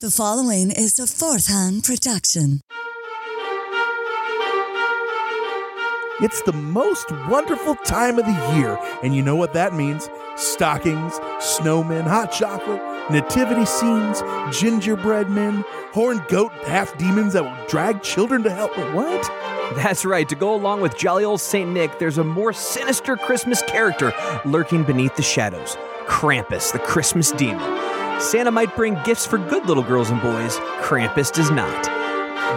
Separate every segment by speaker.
Speaker 1: The following is a fourth hand production.
Speaker 2: It's the most wonderful time of the year, and you know what that means stockings, snowmen, hot chocolate, nativity scenes, gingerbread men, horned goat half demons that will drag children to hell. Wait, What?
Speaker 3: That's right. To go along with jolly old Saint Nick, there's a more sinister Christmas character lurking beneath the shadows Krampus, the Christmas demon. Santa might bring gifts for good little girls and boys, Krampus does not.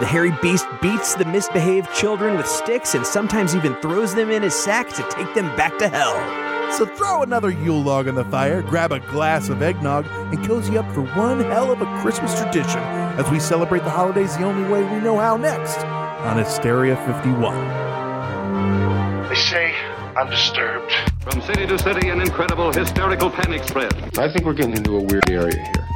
Speaker 3: The hairy beast beats the misbehaved children with sticks and sometimes even throws them in his sack to take them back to hell.
Speaker 2: So throw another Yule log in the fire, grab a glass of eggnog, and cozy up for one hell of a Christmas tradition as we celebrate the holidays the only way we know how next on Hysteria 51.
Speaker 4: They say I'm disturbed.
Speaker 5: From city to city, an incredible hysterical panic spread.
Speaker 6: I think we're getting into a weird area here.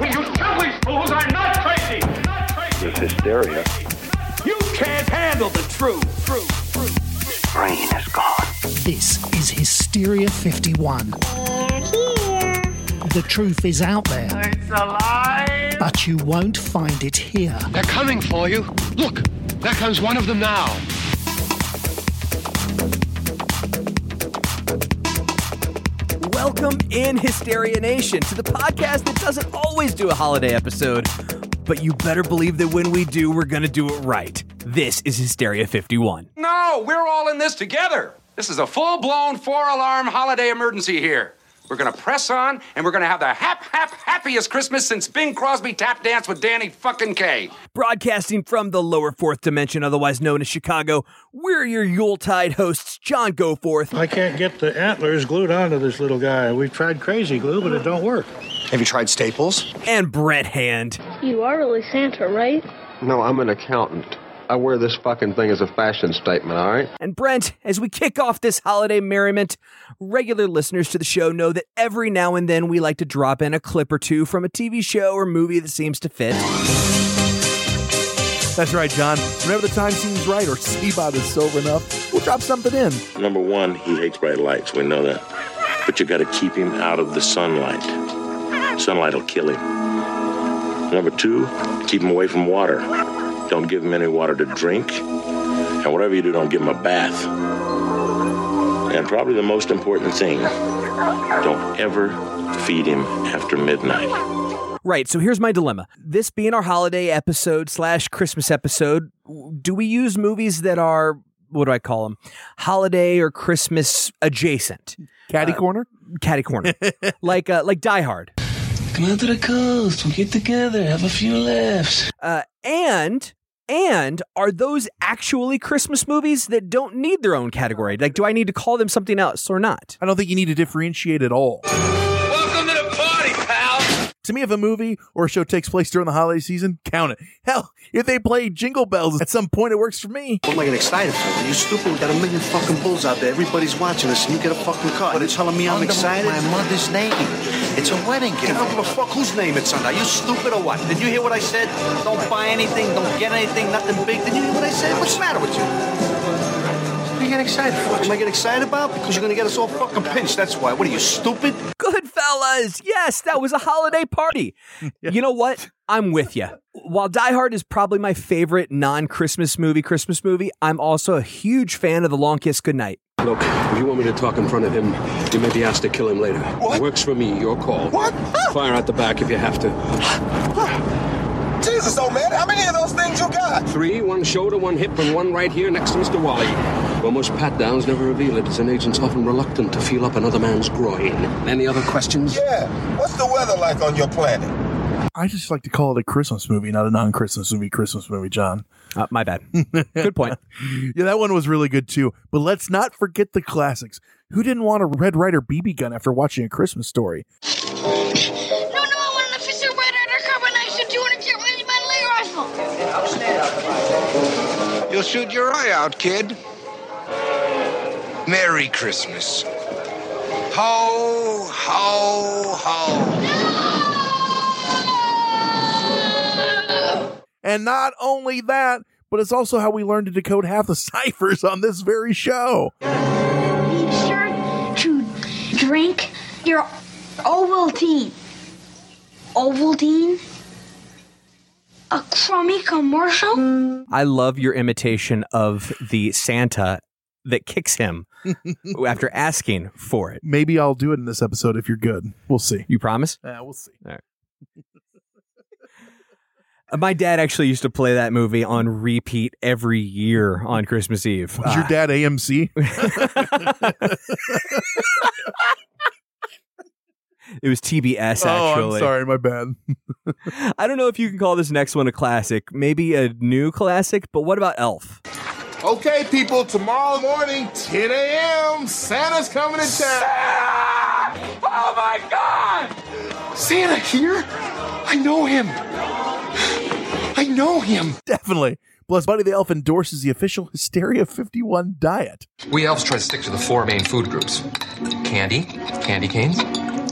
Speaker 7: Will you tell these fools I'm not crazy? Not crazy.
Speaker 4: There's hysteria.
Speaker 7: You can't handle the truth. Truth. Truth.
Speaker 4: Brain is gone.
Speaker 8: This is Hysteria 51. The truth is out there,
Speaker 7: It's alive.
Speaker 8: but you won't find it here.
Speaker 9: They're coming for you. Look, there comes one of them now.
Speaker 3: Welcome in Hysteria Nation to the podcast that doesn't always do a holiday episode, but you better believe that when we do, we're going to do it right. This is Hysteria 51.
Speaker 5: No, we're all in this together. This is a full blown four alarm holiday emergency here. We're gonna press on, and we're gonna have the hap hap happiest Christmas since Bing Crosby tap danced with Danny fucking K.
Speaker 3: Broadcasting from the lower fourth dimension, otherwise known as Chicago, we're your Yuletide hosts, John Goforth,
Speaker 10: I can't get the antlers glued onto this little guy. We've tried crazy glue, but it don't work.
Speaker 9: Have you tried Staples?
Speaker 3: and Brett Hand.
Speaker 11: You are really Santa, right?
Speaker 6: No, I'm an accountant. I wear this fucking thing as a fashion statement, all right?
Speaker 3: And Brent, as we kick off this holiday merriment, regular listeners to the show know that every now and then we like to drop in a clip or two from a TV show or movie that seems to fit.
Speaker 2: That's right, John. Whenever the time seems right or CBOB is sober enough, we'll drop something in.
Speaker 12: Number one, he hates bright lights. We know that. But you got to keep him out of the sunlight. Sunlight will kill him. Number two, keep him away from water. Don't give him any water to drink. And whatever you do, don't give him a bath. And probably the most important thing, don't ever feed him after midnight.
Speaker 3: Right, so here's my dilemma. This being our holiday episode slash Christmas episode, w- do we use movies that are, what do I call them? Holiday or Christmas adjacent?
Speaker 2: Caddy corner?
Speaker 3: Catty corner. like, uh, like Die Hard.
Speaker 9: Come out to the coast. We'll get together. Have a few laughs.
Speaker 3: Uh, and and are those actually Christmas movies that don't need their own category? Like, do I need to call them something else or not?
Speaker 2: I don't think you need to differentiate at all.
Speaker 7: Welcome to the party, pal.
Speaker 2: To me, if a movie or a show takes place during the holiday season, count it. Hell, if they play Jingle Bells at some point, it works for me.
Speaker 9: Don't make it excited for me. You stupid. We got a million fucking bulls out there. Everybody's watching us, and you get a fucking cut. But it's telling me I'm excited. My mother's name. It's a wedding gift. I don't give a fuck whose name it's under. You stupid or what? Did you hear what I said? Don't buy anything. Don't get anything. Nothing big. Did you hear what I said? What's the matter with you? What are you getting excited for? What am I getting excited about? Because you're gonna get us all fucking pinched. That's why. What are you stupid?
Speaker 3: Good fellas, yes, that was a holiday party. You know what? I'm with you. While Die Hard is probably my favorite non-Christmas movie, Christmas movie, I'm also a huge fan of The Long Kiss Goodnight.
Speaker 6: Look, if you want me to talk in front of him, you may be asked to kill him later.
Speaker 9: What?
Speaker 6: Works for me, your call.
Speaker 9: What?
Speaker 6: Fire out the back if you have to.
Speaker 9: Jesus, old man, how many of those things you got?
Speaker 6: Three, one shoulder, one hip, and one right here next to Mr. Wally. Well, most pat downs never reveal it, as an agent's often reluctant to feel up another man's groin. Any other questions?
Speaker 9: Yeah. What's the weather like on your planet?
Speaker 2: I just like to call it a Christmas movie, not a non Christmas movie, Christmas movie, John.
Speaker 3: Uh, my bad. Good point.
Speaker 2: Yeah, that one was really good too. But let's not forget the classics. Who didn't want a Red Ryder BB gun after watching A Christmas Story?
Speaker 11: No, no, I want an officer red under carbonation 200 jet range battle air rifle.
Speaker 9: You'll shoot your eye out, kid. Merry Christmas. Ho, ho, ho.
Speaker 2: And not only that, but it's also how we learned to decode half the ciphers on this very show.
Speaker 11: Be sure to drink your Ovaltine. Ovaltine? A crummy commercial?
Speaker 3: I love your imitation of the Santa that kicks him after asking for it.
Speaker 2: Maybe I'll do it in this episode if you're good. We'll see.
Speaker 3: You promise?
Speaker 2: Yeah, we'll see.
Speaker 3: All right. Uh, My dad actually used to play that movie on repeat every year on Christmas Eve.
Speaker 2: Was your
Speaker 3: Uh,
Speaker 2: dad AMC?
Speaker 3: it was TBS,
Speaker 2: Oh,
Speaker 3: actually.
Speaker 2: I'm sorry, my bad.
Speaker 3: I don't know if you can call this next one a classic, maybe a new classic, but what about Elf?
Speaker 13: Okay, people, tomorrow morning, 10 a.m., Santa's coming to town. Oh my god! Santa here? I know him.
Speaker 2: I know him. Definitely. Plus, Buddy the Elf endorses the official Hysteria 51 diet.
Speaker 14: We elves try to stick to the four main food groups candy, candy canes,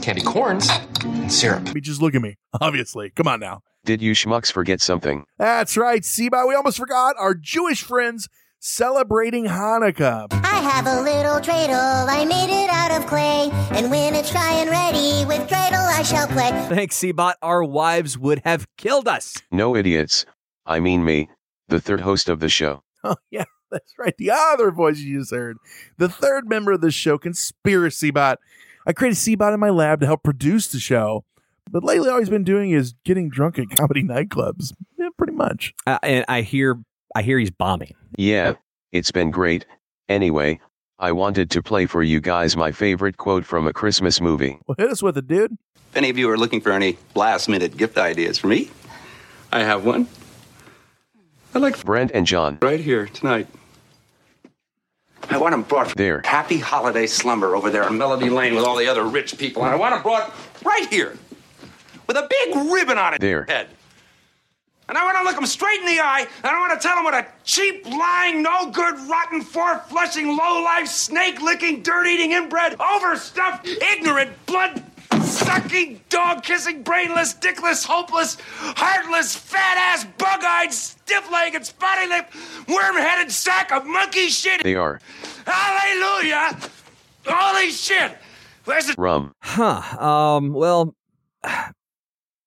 Speaker 14: candy corns, and syrup.
Speaker 2: I mean, just look at me, obviously. Come on now.
Speaker 15: Did you schmucks forget something?
Speaker 2: That's right, Seba. We almost forgot our Jewish friends celebrating Hanukkah.
Speaker 16: I have a little dreidel, I made it out of clay. And when it's dry and ready, with dreidel I shall play.
Speaker 3: Thanks, Seabot. Our wives would have killed us.
Speaker 15: No idiots. I mean me, the third host of the show.
Speaker 2: Oh, yeah, that's right. The other voice you just heard. The third member of this show, Conspiracy Bot. I created Seabot in my lab to help produce the show, but lately all he's been doing is getting drunk at comedy nightclubs. Yeah, pretty much.
Speaker 3: Uh, and I hear, I hear he's bombing.
Speaker 15: Yeah, it's been great. Anyway, I wanted to play for you guys my favorite quote from a Christmas movie.
Speaker 2: Well, hit us with it, dude.
Speaker 5: If any of you are looking for any last minute gift ideas for me, I have one
Speaker 15: I like Brent and John.
Speaker 5: right here tonight. I want them brought
Speaker 15: there.
Speaker 5: Happy holiday slumber over there on Melody Lane with all the other rich people, and I want them brought right here with a big ribbon on it
Speaker 15: There.
Speaker 5: head. And I want to look them straight in the eye, and I want to tell them what a cheap, lying, no good, rotten, four flushing, low life, snake licking, dirt eating, inbred, overstuffed, ignorant, blood sucking, dog kissing, brainless, dickless, hopeless, heartless, fat ass, bug eyed, stiff legged, spotty lipped, worm headed sack of monkey shit.
Speaker 15: They are
Speaker 5: Hallelujah! Holy shit! Where's the
Speaker 15: rum.
Speaker 3: Huh. Um. Well,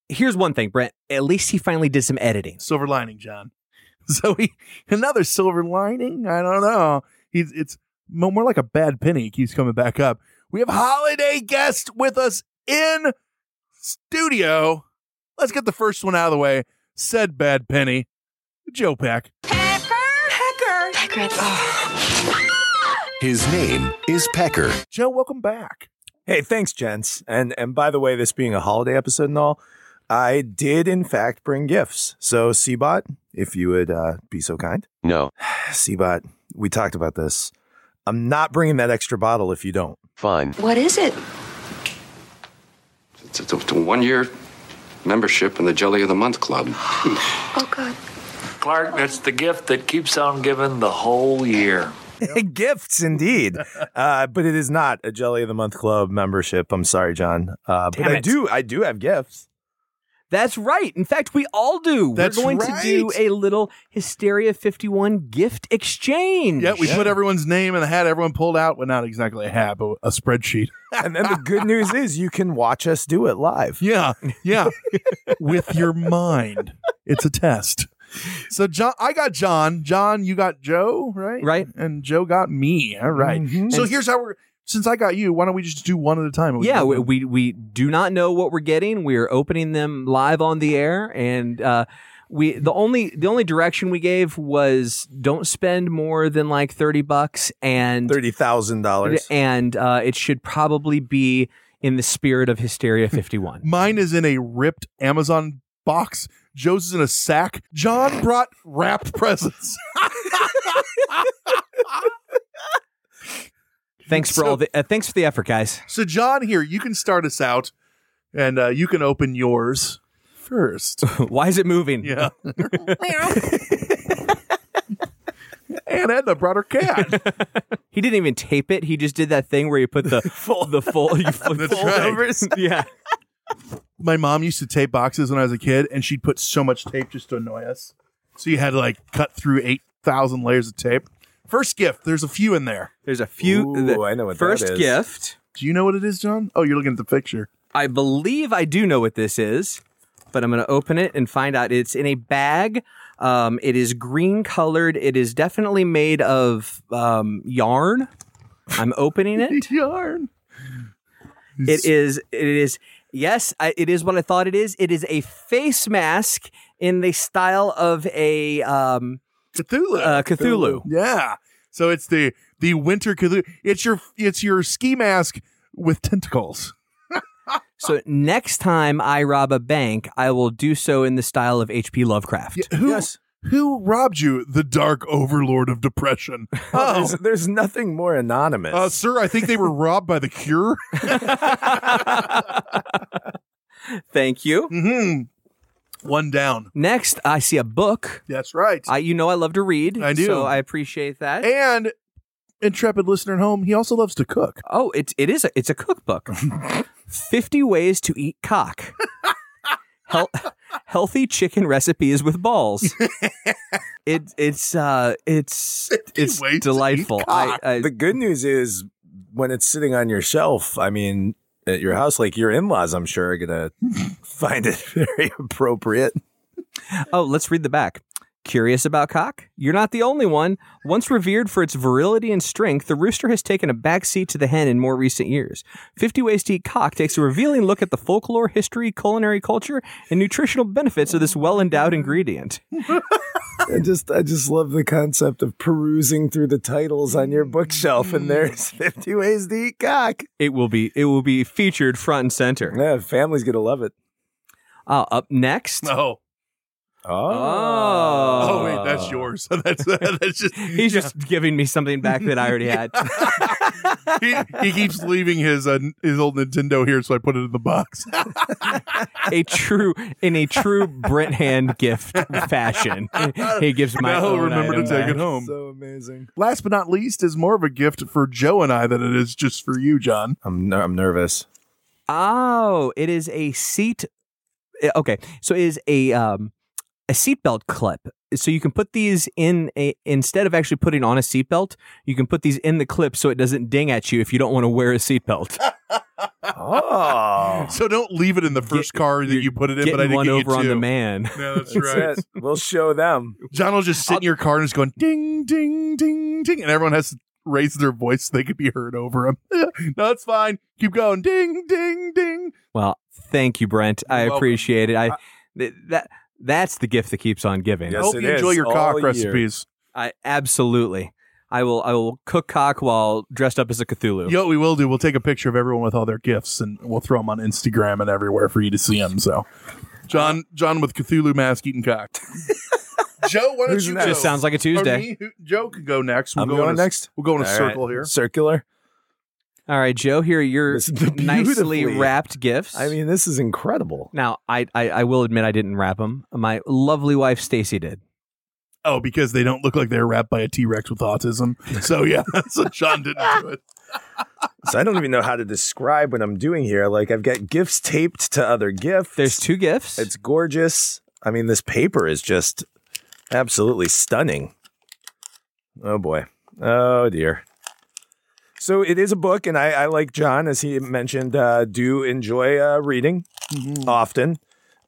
Speaker 3: here's one thing, Brent. At least he finally did some editing.
Speaker 2: Silver lining, John. So he another silver lining. I don't know. He's it's mo- more like a bad penny. He keeps coming back up. We have a holiday guest with us in studio. Let's get the first one out of the way. Said bad penny, Joe Pack.
Speaker 17: Pecker. Pecker.
Speaker 9: Ah!
Speaker 8: His name is Pecker.
Speaker 2: Joe, welcome back.
Speaker 9: Hey, thanks, gents. And and by the way, this being a holiday episode and all, I did in fact bring gifts. So, Seabot, if you would uh, be so kind.
Speaker 15: No.
Speaker 9: Seabot, we talked about this. I'm not bringing that extra bottle if you don't.
Speaker 15: Fine.
Speaker 17: What is it?
Speaker 18: It's, it's a, one year membership in the Jelly of the Month Club.
Speaker 17: Oh, God.
Speaker 19: Clark, that's the gift that keeps on giving the whole year.
Speaker 9: Gifts, indeed. Uh, but it is not a Jelly of the Month Club membership. I'm sorry, John. Uh, but
Speaker 3: Damn
Speaker 9: I
Speaker 3: it.
Speaker 9: do. I do have gifts.
Speaker 3: That's right. In fact, we all do.
Speaker 9: That's
Speaker 3: We're going
Speaker 9: right.
Speaker 3: to do a little Hysteria 51 gift exchange.
Speaker 2: Yeah, we put everyone's name in the hat. Everyone pulled out, well, not exactly a hat, but a spreadsheet.
Speaker 9: And then the good news is you can watch us do it live.
Speaker 2: Yeah, yeah. With your mind. It's a test. So John I got John. John, you got Joe, right? Right. And Joe got me. All right.
Speaker 3: Mhm.
Speaker 2: So
Speaker 3: And-
Speaker 2: here's how we're since I got you, why don't we just do one at a time?
Speaker 3: yeah, we, we we do not know what we're getting. We are opening them live on the air, and uh, we the only the only direction we gave was don't spend more than like thirty bucks and
Speaker 9: thirty thousand dollars,
Speaker 3: and uh, it should probably be in the spirit of Hysteria Fifty One.
Speaker 2: Mine is in a ripped Amazon box. Joe's is in a sack. John brought wrapped presents.
Speaker 3: thanks for all the uh, thanks for the effort, guys.
Speaker 2: So John, here you can start us out, and uh, you can open yours first.
Speaker 3: Why is it moving?
Speaker 2: Yeah. And Edna brought her cat.
Speaker 3: he didn't even tape it. He just did that thing where you put the the full you flip
Speaker 2: That's
Speaker 3: fold
Speaker 2: right.
Speaker 3: over it. Yeah.
Speaker 2: My mom used to tape boxes when I was a kid, and she'd put so much tape just to annoy us. So you had to like cut through eight thousand layers of tape. First gift. There's a few in there.
Speaker 3: There's a few.
Speaker 9: Ooh, I know what that
Speaker 3: first
Speaker 9: is.
Speaker 3: gift.
Speaker 2: Do you know what it is, John? Oh, you're looking at the picture.
Speaker 3: I believe I do know what this is, but I'm going to open it and find out. It's in a bag. Um, it is green colored. It is definitely made of um, yarn. I'm opening it.
Speaker 2: yarn.
Speaker 3: It is. It is. Yes, I, it is what I thought it is. It is a face mask in the style of a um,
Speaker 2: Cthulhu.
Speaker 3: Uh, Cthulhu.
Speaker 2: Yeah. So it's the the winter Cthulhu. It's your it's your ski mask with tentacles.
Speaker 3: So next time I rob a bank, I will do so in the style of H.P. Lovecraft.
Speaker 2: Who, Who robbed you? The Dark Overlord of Depression.
Speaker 9: Oh,
Speaker 2: Oh,
Speaker 9: There's, there's nothing more anonymous.
Speaker 2: Uh, sir, I think they were robbed by the Cure.
Speaker 3: Thank you.
Speaker 2: Mm-hmm. One down.
Speaker 3: Next, I see a book.
Speaker 2: That's right.
Speaker 3: I, you know, I love to read.
Speaker 2: I do.
Speaker 3: So I appreciate that.
Speaker 2: and intrepid listener at home, he also loves to cook.
Speaker 3: oh, it it is. A, it's a cookbook. Fifty ways to eat cock. Hel- healthy chicken recipes with balls. it it's uh it's it's
Speaker 9: ways to eat
Speaker 3: delightful. I, I
Speaker 9: the good news is when it's sitting on your shelf, I mean, at your house, like your in laws, I'm sure are going to find it very appropriate.
Speaker 3: Oh, let's read the back. Curious about cock? You're not the only one. Once revered for its virility and strength, the rooster has taken a backseat to the hen in more recent years. 50 Ways to Eat Cock takes a revealing look at the folklore, history, culinary culture, and nutritional benefits of this well endowed ingredient.
Speaker 9: I just, I just love the concept of perusing through the titles on your
Speaker 3: Mm.
Speaker 9: bookshelf, and there's 50 ways to eat cock.
Speaker 3: It will be it will be featured front and center.
Speaker 9: Yeah, family's gonna love it.
Speaker 3: Uh, up next.
Speaker 2: No.
Speaker 3: Oh.
Speaker 2: Oh, wait, that's yours. That's uh, that's just
Speaker 3: Uh. He's just giving me something back that I already had.
Speaker 2: he, he keeps leaving his uh, his old Nintendo here, so I put it in the box.
Speaker 3: a true in a true Brent hand gift fashion. He gives my
Speaker 2: Now he'll
Speaker 3: own
Speaker 2: remember to
Speaker 3: item
Speaker 2: take
Speaker 3: back.
Speaker 2: it home.
Speaker 9: So amazing.
Speaker 2: Last but not least is more of a gift for Joe and I than it is just for you, John.
Speaker 9: I'm, ner- I'm nervous.
Speaker 3: Oh, it is a seat. eh, Okay, so it is a um a seatbelt clip. So you can put these in a instead of actually putting on a seatbelt, you can put these in the clip so it doesn't ding at you if you don't want to wear a seatbelt.
Speaker 9: Oh,
Speaker 2: So don't leave it in the first car that you put it in.
Speaker 3: Getting
Speaker 2: but I didn't
Speaker 3: one
Speaker 2: get you
Speaker 3: over on the
Speaker 2: two.
Speaker 3: man.
Speaker 2: Yeah, that's
Speaker 9: that's
Speaker 2: right.
Speaker 9: it. We'll show them.
Speaker 2: John will just sit in your car and it's going ding, ding, ding, ding, and everyone has to raise their voice so they could be heard over him. no, it's fine. Keep going. Ding, ding, ding.
Speaker 3: Well, thank you, Brent. I
Speaker 2: You're welcome.
Speaker 3: appreciate it. I th- that that's the gift that keeps on giving.
Speaker 2: I
Speaker 9: Yes,
Speaker 2: hope
Speaker 9: it
Speaker 2: you enjoy
Speaker 9: is.
Speaker 2: your
Speaker 9: All
Speaker 2: cock
Speaker 9: year.
Speaker 2: recipes.
Speaker 3: I absolutely. I will. I will cook cock while dressed up as a Cthulhu.
Speaker 2: You know what we will do? We'll take a picture of everyone with all their gifts and we'll throw them on Instagram and everywhere for you to see them. So, John, John with Cthulhu mask eating cock. Joe, why don't
Speaker 9: Who's
Speaker 2: you
Speaker 9: next?
Speaker 2: go?
Speaker 3: Just sounds like a
Speaker 2: Or
Speaker 3: Tuesday.
Speaker 2: me? Who- Joe could go next. We'll
Speaker 9: I'm
Speaker 2: go in
Speaker 9: going
Speaker 2: a-
Speaker 9: next.
Speaker 2: We'll go in a
Speaker 9: All right.
Speaker 2: circle here.
Speaker 9: Circular.
Speaker 3: All right, Joe. Here are your
Speaker 9: This is
Speaker 3: nicely
Speaker 9: beautifully-
Speaker 3: wrapped gifts.
Speaker 9: I mean, this is incredible.
Speaker 3: now I, I I will admit I didn't wrap them. My lovely wife Stacy did.
Speaker 2: Oh, because they don't look like they're wrapped by a T Rex with autism. So yeah, so John didn't do it.
Speaker 9: So I don't even know how to describe what I'm doing here. Like I've got gifts taped to other gifts.
Speaker 3: There's two gifts.
Speaker 9: It's gorgeous. I mean, this paper is just absolutely stunning. Oh boy. Oh dear. So it is a book, and I, I like John, as he mentioned, uh, do enjoy uh, reading often.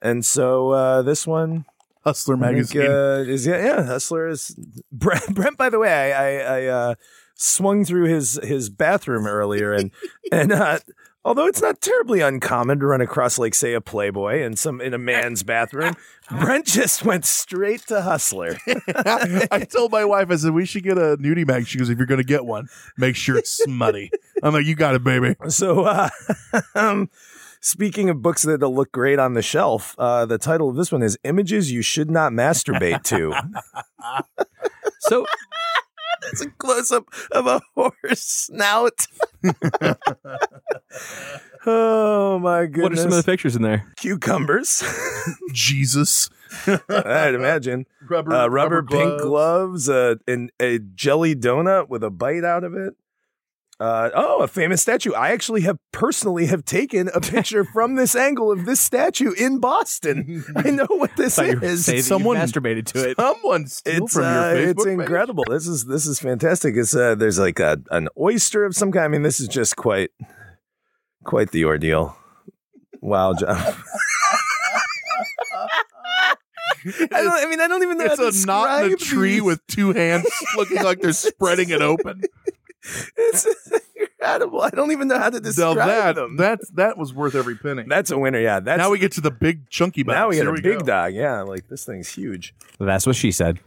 Speaker 9: And so uh, this one,
Speaker 2: Hustler
Speaker 9: I think,
Speaker 2: magazine.
Speaker 9: uh, is yeah, yeah, Hustler is Brent. Brent, by the way, I I, I uh, swung through his his bathroom earlier, and and uh, although it's not terribly uncommon to run across, like say, a Playboy in some in a man's bathroom, Brent just went straight to Hustler.
Speaker 2: I told my wife, I said we should get a nudie mag. She goes, if you're going to get one, make sure it's smutty. I'm like, you got it, baby.
Speaker 9: So, uh, um, speaking of books that'll look great on the shelf, uh, the title of this one is "Images You Should Not Masturbate to."
Speaker 3: so
Speaker 9: It's a close up of a horse snout. oh my goodness!
Speaker 3: what are some of the pictures in there?
Speaker 9: cucumbers?
Speaker 2: Jesus,
Speaker 9: I'd imagine
Speaker 2: rubber,
Speaker 9: uh, rubber, pink
Speaker 2: gloves.
Speaker 9: gloves, uh, and a jelly donut with a bite out of it. Uh, oh, a famous statue! I actually have personally have taken a picture from this angle of this statue in Boston. I know what this
Speaker 3: Thought you were gonna
Speaker 9: is.
Speaker 3: say that you
Speaker 2: someone-
Speaker 3: masturbated to it.
Speaker 2: Someone steal
Speaker 9: it's
Speaker 2: from your
Speaker 9: uh,
Speaker 2: Facebook
Speaker 9: it's
Speaker 2: page.
Speaker 9: incredible. This is this is fantastic. It's uh, there's like a an oyster of some kind. I mean, this is just quite quite the ordeal. Wow, John. I, don't, I mean, I don't even know.
Speaker 2: It's
Speaker 9: how to
Speaker 2: a knot in a
Speaker 9: describe
Speaker 2: tree
Speaker 9: these.
Speaker 2: with two hands looking like they're spreading it open.
Speaker 9: It's incredible. I don't even know how to
Speaker 2: Now
Speaker 9: describe
Speaker 2: that
Speaker 9: them.
Speaker 2: that that was worth every penny.
Speaker 9: That's a winner. Yeah. That's
Speaker 2: now we get to the big chunky box.
Speaker 9: now we get
Speaker 2: Here
Speaker 9: a big
Speaker 2: go.
Speaker 9: dog. Yeah, like this thing's huge.
Speaker 3: That's what she said.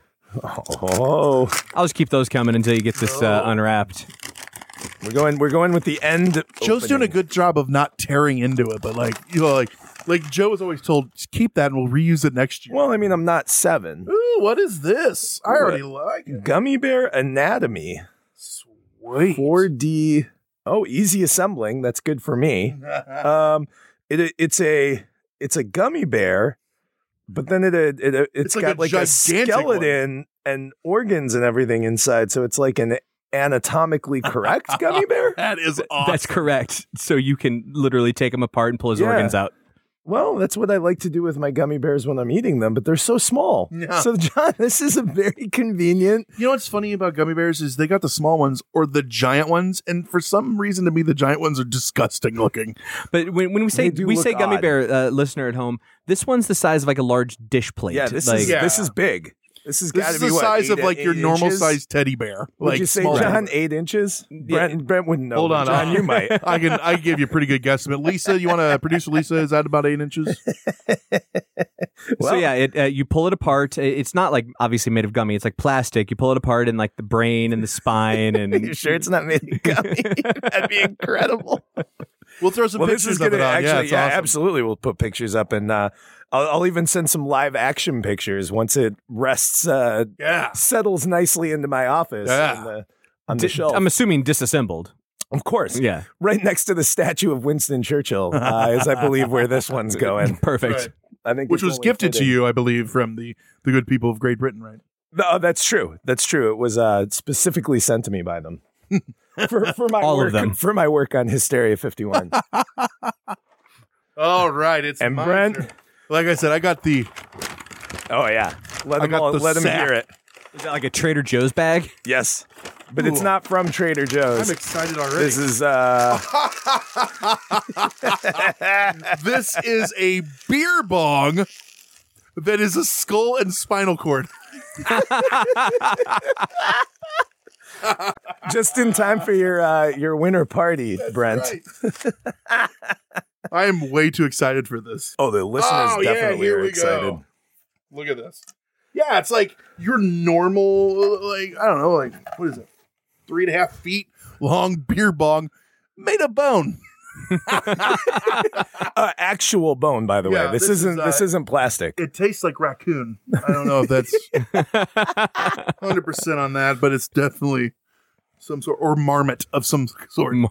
Speaker 9: Oh,
Speaker 3: I'll just keep those coming until you get this uh, unwrapped.
Speaker 9: we're going. We're going with the end.
Speaker 2: Joe's doing a good job of not tearing into it, but like you know, like like Joe is always told, "Just keep that and we'll reuse it next year.
Speaker 9: Well, I mean, I'm not seven.
Speaker 2: Ooh, what is this? I already like it.
Speaker 9: Gummy bear anatomy.
Speaker 2: Sweet.
Speaker 9: 4D. Oh, easy assembling. That's good for me. um, it it's a it's a gummy bear, but then it it, it
Speaker 2: It's
Speaker 9: it's
Speaker 2: like
Speaker 9: got
Speaker 2: a
Speaker 9: like a
Speaker 2: gigantic one.
Speaker 9: skeleton and organs and everything inside. So it's like an anatomically correct gummy bear.
Speaker 2: That is awesome.
Speaker 3: That's correct. So you can literally take him apart and pull his
Speaker 9: Yeah.
Speaker 3: organs out.
Speaker 9: Well, that's what I like to do with my gummy bears when I'm eating them, but they're so small.
Speaker 2: Yeah.
Speaker 9: So, John, this is a very convenient.
Speaker 2: You know what's funny about gummy bears is they got the small ones or the giant ones, and for some reason to me, the giant ones are disgusting looking.
Speaker 3: But when, when we say
Speaker 9: They do
Speaker 3: we
Speaker 9: look
Speaker 3: say gummy
Speaker 9: odd.
Speaker 3: bear uh, listener at home, this one's the size of like a large dish plate.
Speaker 9: Yeah, this
Speaker 3: like,
Speaker 9: is this is big. This has
Speaker 2: This
Speaker 9: got to
Speaker 2: is
Speaker 9: be
Speaker 2: the
Speaker 9: what,
Speaker 2: size
Speaker 9: eight
Speaker 2: of
Speaker 9: in-
Speaker 2: like your
Speaker 9: eight
Speaker 2: normal
Speaker 9: inches?
Speaker 2: sized teddy bear.
Speaker 9: Would
Speaker 2: like
Speaker 9: you say
Speaker 2: small-
Speaker 9: John eight inches? Brent Brent wouldn't know.
Speaker 2: Hold
Speaker 9: but
Speaker 2: on, uh,
Speaker 9: John,
Speaker 2: I'll-
Speaker 9: you might.
Speaker 2: I can I can give you a pretty good guesstimate. Lisa, you want to producer Lisa? Is that about eight inches?
Speaker 3: so
Speaker 9: Well-
Speaker 3: yeah, it, uh, you pull it apart. It- It's not like obviously made of gummy. It's like plastic. You pull it apart and like the brain and the spine and
Speaker 9: You sure it's not made of gummy? That'd be incredible.
Speaker 2: We'll throw some
Speaker 9: well, this
Speaker 2: pictures
Speaker 9: is gonna
Speaker 2: of it on. yeah,
Speaker 9: actually,
Speaker 2: it's
Speaker 9: yeah,
Speaker 2: awesome.
Speaker 9: absolutely. We'll put pictures up, and uh, I'll, I'll even send some live action pictures once it rests, uh,
Speaker 2: Yeah.
Speaker 9: settles nicely into my office uh,
Speaker 2: Yeah.
Speaker 9: on the, on the
Speaker 3: Di-
Speaker 9: shelf.
Speaker 3: I'm assuming disassembled.
Speaker 9: of course,
Speaker 3: Yeah,
Speaker 9: right next to the statue of Winston Churchill, uh, is I believe where this one's going.
Speaker 3: perfect.
Speaker 2: Right.
Speaker 9: I think,
Speaker 2: Which
Speaker 9: it's
Speaker 2: was
Speaker 9: only
Speaker 2: gifted to
Speaker 9: fitting.
Speaker 2: you, I believe, from the the good people of Great Britain, right?
Speaker 9: Oh, that's true. That's true. It was uh, specifically sent to me by them for, for my
Speaker 3: All of
Speaker 9: work,
Speaker 3: them.
Speaker 9: for my work on Hysteria 51.
Speaker 2: All right, it's
Speaker 9: And
Speaker 2: mine,
Speaker 9: Brent?
Speaker 2: sir. Like I said, I got the
Speaker 9: oh yeah, let
Speaker 2: I
Speaker 9: them
Speaker 2: got
Speaker 9: all,
Speaker 2: the
Speaker 9: let them
Speaker 2: sack.
Speaker 9: hear it.
Speaker 3: Is that like a Trader Joe's bag?
Speaker 9: Yes, but it's
Speaker 2: Ooh.
Speaker 9: not from Trader Joe's.
Speaker 2: I'm excited already.
Speaker 9: This is uh,
Speaker 2: this is a beer bong that is a skull and spinal cord.
Speaker 9: just in time for your uh, your winter party, Brent.
Speaker 2: I am way too excited for this.
Speaker 9: Oh, the listeners
Speaker 2: Oh, yeah,
Speaker 9: definitely
Speaker 2: here
Speaker 9: are
Speaker 2: we
Speaker 9: excited.
Speaker 2: go. Look at this. Yeah, it's like your normal, like, I don't know, like, what is it? Three and a half feet long beer bong made of bone.
Speaker 9: Uh, actual bone, by the
Speaker 2: Yeah,
Speaker 9: way. This,
Speaker 2: this is,
Speaker 9: isn't this
Speaker 2: uh,
Speaker 9: isn't plastic.
Speaker 2: It tastes like raccoon. I don't know if that's 100% on that, but it's definitely some sort, or marmot of some sort.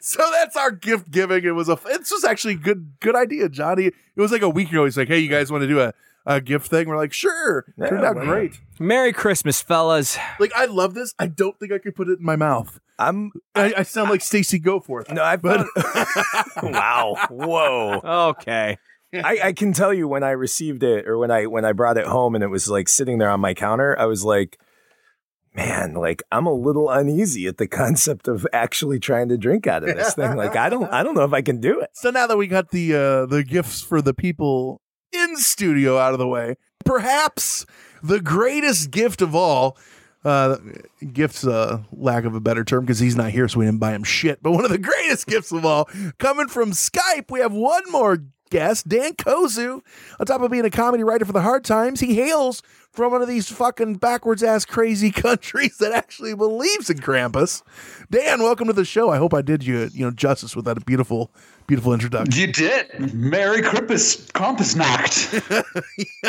Speaker 2: So that's our gift giving. It was a. It's just actually good. Good idea, Johnny. It was like a week ago. He's like, "Hey, you guys want to do a, a gift thing?" We're like, "Sure."
Speaker 9: Yeah,
Speaker 2: Turned out
Speaker 9: why not?
Speaker 2: great.
Speaker 3: Merry Christmas, fellas.
Speaker 2: Like I love this. I don't think I could put it in my mouth.
Speaker 9: I'm
Speaker 2: I, I sound like Stacy Goforth.
Speaker 9: no, I
Speaker 2: But-
Speaker 9: but wow, whoa.
Speaker 3: Okay.
Speaker 9: Oh. I, I can tell you when I received it or when I when I brought it home and it was like sitting there on my counter, I was like, man, like I'm a little uneasy at the concept of actually trying to drink out of this thing. Like I don't I don't know if I can do it.
Speaker 2: So now that we got the uh, the gifts for the people in studio out of the way, perhaps the greatest gift of all. Uh, gifts, uh, lack of a better term, because he's not here, so we didn't buy him shit. But one of the greatest gifts of all, coming from Skype, we have one more guest, Dan Kozu. On top of being a comedy writer for the Hard Times, he hails from one of these fucking backwards ass crazy countries that actually believes in Krampus. Dan, welcome to the show. I hope I did you you know justice with that beautiful, beautiful introduction.
Speaker 8: You did. Merry Krampus, Krampusnacht.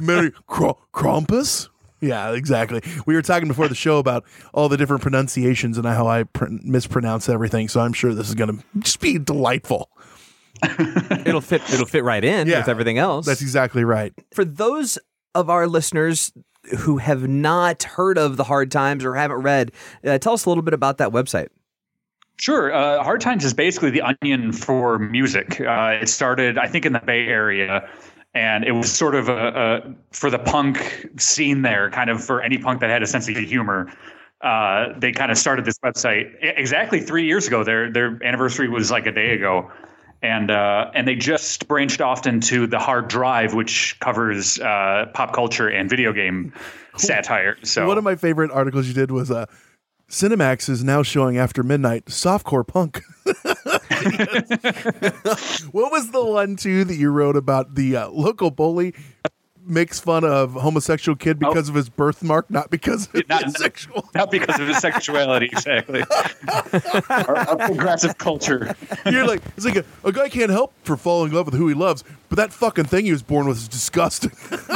Speaker 2: Merry Kr- Krampus? Yeah, exactly. We were talking before the show about all the different pronunciations and how I pr- mispronounce everything. So I'm sure this is going to just be delightful.
Speaker 3: It'll fit. It'll fit right in
Speaker 2: Yeah.
Speaker 3: with everything else.
Speaker 2: That's exactly right.
Speaker 3: For those of our listeners who have not heard of the Hard Times or haven't read, uh, tell us a little bit about that website.
Speaker 8: Sure. Uh, Hard Times is basically the onion for music. Uh, it started, I think, in the Bay Area, and it was sort of a, a for the punk scene there, kind of for any punk that had a sense of humor. Uh, they kind of started this website e- exactly three years ago. Their their anniversary was like a day ago, and uh, and they just branched off into the hard drive, which covers uh, pop culture and video game satire. So
Speaker 2: One of my favorite articles you did was uh, Cinemax is now showing after midnight softcore punk. what was the one too that you wrote about the uh, local bully makes fun of homosexual kid because of his birthmark, not because of his sexual.
Speaker 8: not because of his sexuality, exactly. our, our progressive culture.
Speaker 2: You're like it's like a, a guy can't help for falling in love with who he loves, but that fucking thing he was born with is disgusting.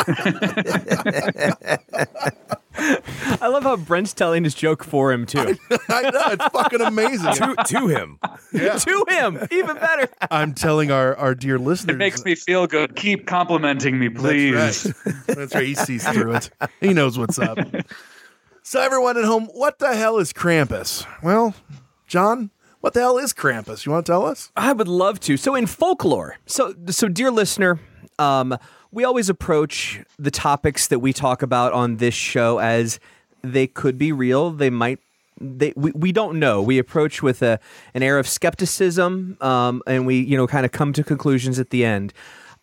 Speaker 3: I love how Brent's telling his joke for him too.
Speaker 2: I know it's fucking amazing.
Speaker 9: To- to him.
Speaker 3: to him, even better.
Speaker 2: I'm telling our our dear listeners.
Speaker 8: It makes me feel good. Keep complimenting me, please.
Speaker 2: That's right. He sees through it. He knows what's up. So everyone at home, what the hell is Krampus? Well, John, what the hell is Krampus? You want to tell us?
Speaker 3: I would love to. So in folklore, so so dear listener, um, we always approach the topics that we talk about on this show as they could be real. They might. They we, we don't know. We approach with a an air of skepticism, um, and we you know kind of come to conclusions at the end.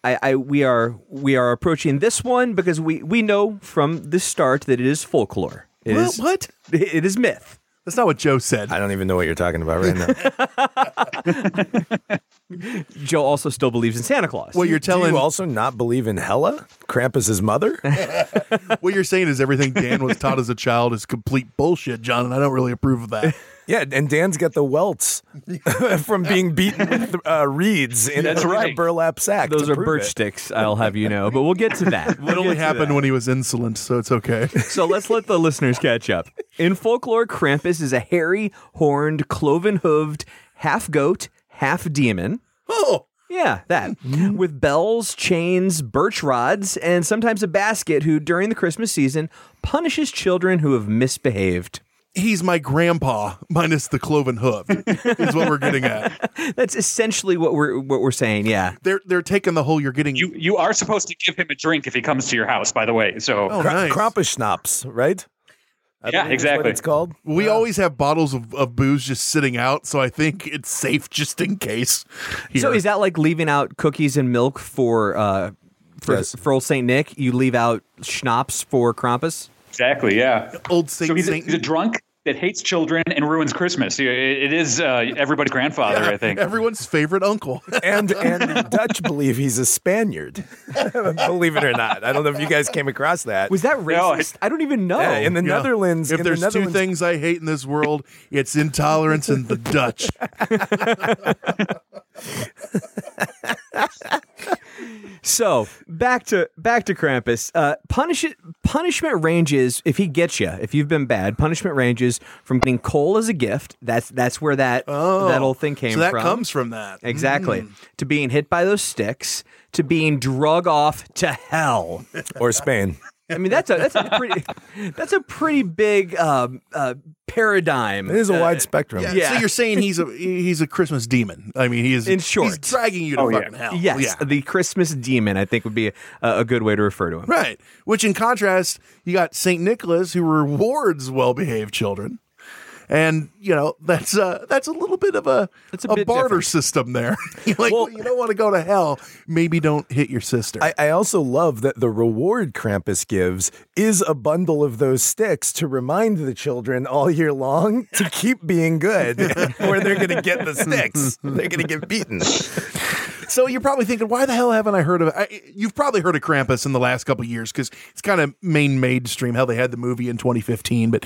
Speaker 3: I, I we are we are approaching this one because we we know from the start that it is folklore. It
Speaker 2: Well,
Speaker 3: is-
Speaker 2: what?
Speaker 3: It is myth.
Speaker 2: That's not what Joe said.
Speaker 9: I don't even know what you're talking about right now.
Speaker 3: Joe also still believes in Santa Claus.
Speaker 9: Do you also not believe in Hella, Krampus's mother.
Speaker 2: what you're saying is everything Dan was taught as a child is complete bullshit, John, and I don't really approve of that.
Speaker 9: Yeah, and Dan's got the welts from being beaten with uh, reeds in,
Speaker 2: That's
Speaker 9: a, in a
Speaker 2: right.
Speaker 9: burlap sack.
Speaker 3: Those
Speaker 9: to
Speaker 3: are
Speaker 9: prove
Speaker 3: birch
Speaker 9: it.
Speaker 3: sticks, I'll have you know. But we'll get to that.
Speaker 2: It only happened when he was insolent, so it's okay.
Speaker 3: So let's let the listeners catch up. In folklore, Krampus is a hairy, horned, cloven hooved, half goat, half demon.
Speaker 2: Oh!
Speaker 3: Yeah, that.
Speaker 9: Mm-hmm.
Speaker 3: With bells, chains, birch rods, and sometimes a basket who, during the Christmas season, punishes children who have misbehaved.
Speaker 2: He's my grandpa, minus the cloven hoof, is what we're getting at.
Speaker 3: That's essentially what we're what we're saying, yeah.
Speaker 2: They're they're taking the whole you're getting
Speaker 8: You you are supposed to give him a drink if he comes to your house, by the way. So
Speaker 2: Oh.
Speaker 9: Kra- Krampusschnaps, right? I
Speaker 8: yeah,
Speaker 9: believe is
Speaker 8: exactly.
Speaker 9: What it's called.
Speaker 2: We always have bottles of, of booze just sitting out, so I think it's safe just in case.
Speaker 3: So is that like leaving out cookies and milk for uh for,
Speaker 2: Yes.
Speaker 3: for old Saint Nick? You leave out schnapps for Krampus?
Speaker 8: Exactly. Yeah.
Speaker 2: Old
Speaker 8: Saint. So he's, a, he's a drunk that hates children and ruins Christmas. It- it is uh, everybody's grandfather, I think.
Speaker 2: everyone's favorite uncle?
Speaker 9: and and the Dutch believe he's a Spaniard. believe it or not, I don't know if you guys came across that.
Speaker 3: Was that racist? I don't even know.
Speaker 9: Yeah, in the
Speaker 2: Yeah.
Speaker 9: Netherlands,
Speaker 2: If
Speaker 9: in the
Speaker 2: there's
Speaker 9: Netherlands-
Speaker 2: two things I hate in this world, it's intolerance and the Dutch.
Speaker 3: So back to back to Krampus. Uh, punish punishment ranges if he gets you. If you've been bad, punishment ranges from getting coal as a gift. That's that's where that that old thing came
Speaker 2: Oh. so that
Speaker 3: from.
Speaker 2: comes from that.
Speaker 3: exactly
Speaker 2: Mm.
Speaker 3: to being hit by those sticks to being drug off to hell.
Speaker 9: or Spain.
Speaker 3: I mean that's a that's a pretty that's a pretty big um, uh, paradigm.
Speaker 9: It is a
Speaker 3: Uh,
Speaker 9: wide spectrum.
Speaker 2: Yeah,
Speaker 3: Yeah.
Speaker 2: So you're saying he's a he's a Christmas demon. I mean, he is
Speaker 3: in short,
Speaker 2: He's dragging you to fucking hell.
Speaker 3: Yes,
Speaker 2: Yeah.
Speaker 3: the Christmas demon I think would be a, a good way to refer to him.
Speaker 2: Right. Which, in contrast, you got Saint Nicholas who rewards well-behaved children, and you know that's a that's a little bit of a
Speaker 9: a
Speaker 2: a,
Speaker 9: bit
Speaker 2: barter
Speaker 9: different.
Speaker 2: system there. You're like well, you don't want to go to hell, maybe don't hit your sister.
Speaker 9: I, I also love that the reward Krampus gives is a bundle of those sticks to remind the children all year long to keep being good, or they're going to get the sticks. They're going to get beaten.
Speaker 2: So you're probably thinking, why the hell haven't I heard of? I, you've probably heard of Krampus in the last couple of years because it's kind of main mainstream how they had the movie in 2015. But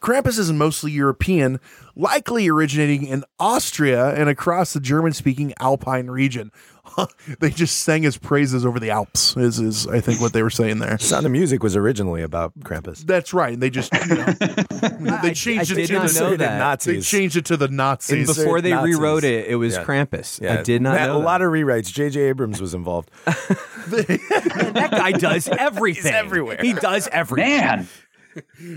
Speaker 2: Krampus is mostly European, likely originating in Austria and across the German-speaking Alpine region. they just sang his praises over the Alps. Is is I think what they were saying there.
Speaker 9: Sound of Music was originally about Krampus.
Speaker 2: That's right. And they just you know, they changed
Speaker 3: I
Speaker 2: it
Speaker 3: did
Speaker 2: to
Speaker 3: not
Speaker 2: the
Speaker 3: know
Speaker 2: they
Speaker 3: that.
Speaker 9: Nazis.
Speaker 2: changed it to the Nazis
Speaker 3: And before they rewrote it, it was
Speaker 9: Yeah.
Speaker 3: Krampus.
Speaker 9: Yeah.
Speaker 3: I did not
Speaker 9: That-
Speaker 3: know
Speaker 9: a lot of rewrites. J.J. Abrams was involved.
Speaker 3: that guy does everything. everywhere. He does everything.
Speaker 8: Man.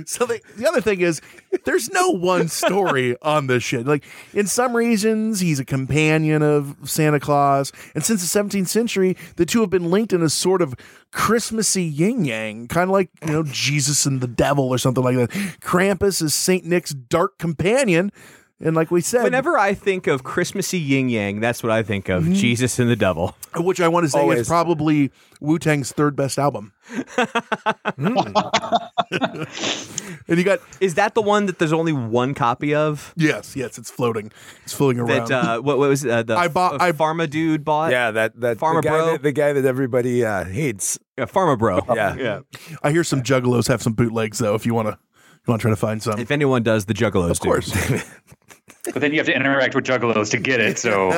Speaker 2: so the, the other thing is there's no one story on this shit like in some regions he's a companion of santa claus and since the 17th century the two have been linked in a sort of christmassy yin yang kind of like you know jesus and the devil or something like that krampus is saint nick's dark companion and like we said
Speaker 3: Whenever Mm-hmm. I think of Christmassy yin yang, that's what I think of Jesus and the Devil.
Speaker 2: which i want to say
Speaker 3: Always.
Speaker 2: is probably wu-tang's third best album and you got
Speaker 3: Is that the one that there's only one copy of?
Speaker 2: yes yes it's floating it's floating around
Speaker 3: That uh, what, what was uh, the
Speaker 2: I bought-
Speaker 3: uh,
Speaker 2: I-
Speaker 3: pharma dude bought?
Speaker 9: Yeah, that that
Speaker 3: Farmer
Speaker 9: the guy
Speaker 3: Bro?
Speaker 9: That, the guy that everybody uh, hates.
Speaker 3: Yeah, pharma bro.
Speaker 9: Yeah.
Speaker 2: I hear some juggalos have some bootlegs though. If you want to, you want to try to find some.
Speaker 3: If anyone does, the juggalos. Of
Speaker 2: course.
Speaker 8: But then you have to interact with juggalos to get it. So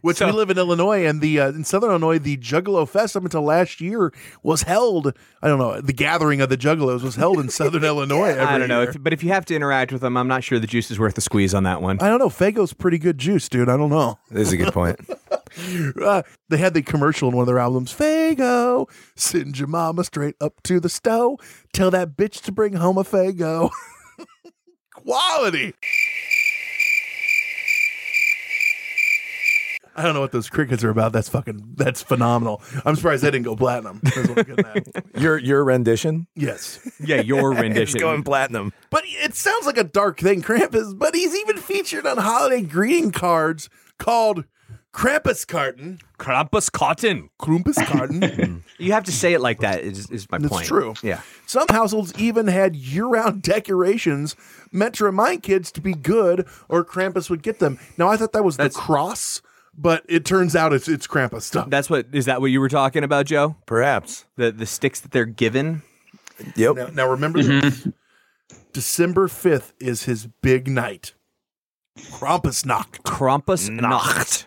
Speaker 2: Which we live in Illinois, and the uh, in Southern Illinois, the Juggalo Fest up until last year was held. I don't know. The gathering of the Juggalos was held in Southern Illinois. Every
Speaker 3: I don't know,
Speaker 2: year.
Speaker 3: if, but if you have to interact with them, I'm not sure the juice is worth the squeeze on that one.
Speaker 2: I don't know. Fago's pretty good juice, dude. I don't know.
Speaker 9: This is a good point.
Speaker 2: Uh, they had the commercial in one of their albums. Fago, send your mama straight up to the stove. Tell that bitch to bring home a Fago. Quality. I don't know what those crickets are about. That's fucking. That's phenomenal. I'm surprised they didn't go platinum. That's what I'm getting at.
Speaker 9: Your your rendition.
Speaker 2: Yes.
Speaker 3: Yeah, your
Speaker 9: It's
Speaker 3: rendition.
Speaker 9: going platinum.
Speaker 2: But it sounds like a dark thing, Krampus. But he's even featured on holiday greeting cards called Krampus Carton.
Speaker 3: Krampus cotton.
Speaker 2: Krampus Carton.
Speaker 3: You have to say it like that. Is, is my
Speaker 2: That's
Speaker 3: point?
Speaker 2: true.
Speaker 3: Yeah.
Speaker 2: Some households even had year round decorations meant to remind kids to be good or Krampus would get them. Now, I thought that was the cross, but it turns out it's, it's Krampus stuff.
Speaker 3: That's what is that what you were talking about, Joe?
Speaker 9: Perhaps
Speaker 3: the the sticks that they're given.
Speaker 9: Yep.
Speaker 2: Now, now remember this December 5th is his big night. Krampusnacht.
Speaker 3: Krampusnacht.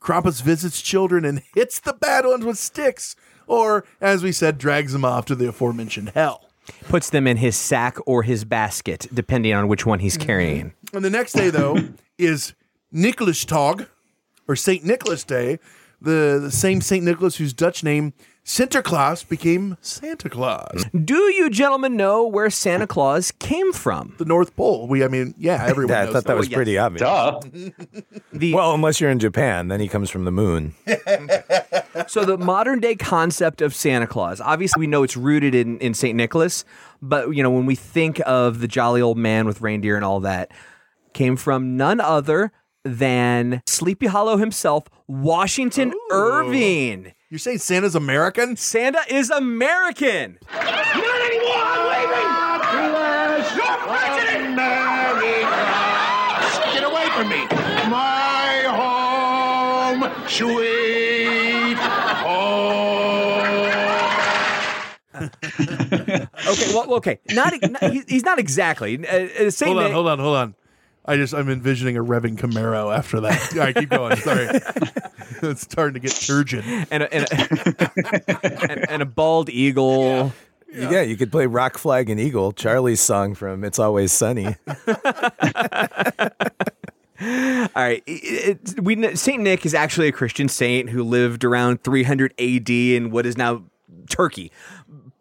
Speaker 2: Krampus visits children and hits the bad ones with sticks, or, as we said, drags them off to the aforementioned hell.
Speaker 3: Puts them in his sack or his basket, depending on which one he's carrying.
Speaker 2: And the next day, though, is Nicholas Tag, or St. Nicholas Day, the, the same St. Nicholas whose Dutch name, Sinterklaas, became Santa Claus.
Speaker 3: Do you gentlemen know where Santa Claus came from? Oh,
Speaker 2: The North Pole. We, I mean, yeah, everyone
Speaker 9: Yeah, I
Speaker 2: knows
Speaker 9: thought that was pretty obvious. Duh. well, Oh, unless you're in Japan, then he comes from the moon.
Speaker 3: so the modern day concept of Santa Claus, obviously we know it's rooted in, in St. Nicholas, but you know, when we think of the jolly old man with reindeer and all that, came from none other than Sleepy Hollow himself, Washington Irving.
Speaker 2: You're saying Santa's American?
Speaker 3: Santa is American.
Speaker 7: Not anymore! I'm leaving! You're president!
Speaker 13: Get away from me! My home, sweet home.
Speaker 3: Okay, well, okay, not, e, not he- he's not exactly uh, uh, Saint
Speaker 2: Hold on,
Speaker 3: Nick-
Speaker 2: hold on, hold on. I just, I'm envisioning a revving Camaro after that. All right, keep going. Sorry. it's starting to get turgid.
Speaker 3: and a, and, a, and, and a bald eagle.
Speaker 9: Yeah. you could play Rock Flag and Eagle, Charlie's song from It's Always Sunny.
Speaker 3: All right, it, it- we kn- Saint Nick is actually a Christian saint who lived around 300 A.D. in what is now Turkey.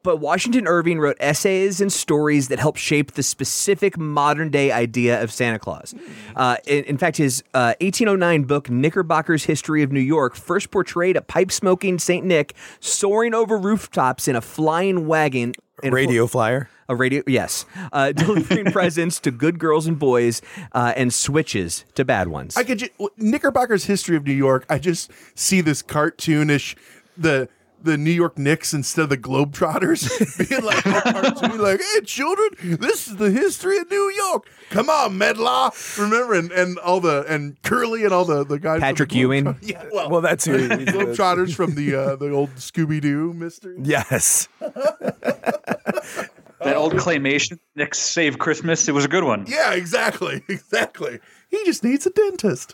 Speaker 3: But Washington Irving wrote essays and stories that helped shape the specific modern day idea of Santa Claus.
Speaker 9: Mm-hmm.
Speaker 3: Uh, in, in fact, his uh, 1809 book, Knickerbocker's History of New York, first portrayed a pipe smoking St. Nick soaring over rooftops in a flying wagon. and-
Speaker 9: Radio flyer.
Speaker 3: a radio, yes, uh, delivering presents to good girls and boys, uh, and switches to bad ones.
Speaker 2: I could ju- Knickerbocker's History of New York. I just see this cartoonish the the New York Knicks instead of the Globetrotters being like all cartoony, like, "Hey children, this is the history of New York. Come on, Medlaw, remember and, and all the and Curly and all the the guys. from the
Speaker 3: Patrick
Speaker 2: Globetrot-
Speaker 3: Ewing.
Speaker 2: yeah,
Speaker 9: well, that's who. he-
Speaker 2: Globetrotters from the uh, the old Scooby Doo mystery.
Speaker 9: Yes.
Speaker 8: that old claymation, Nick Save Christmas, it was a good one.
Speaker 2: Yeah, exactly, exactly. He just needs a dentist.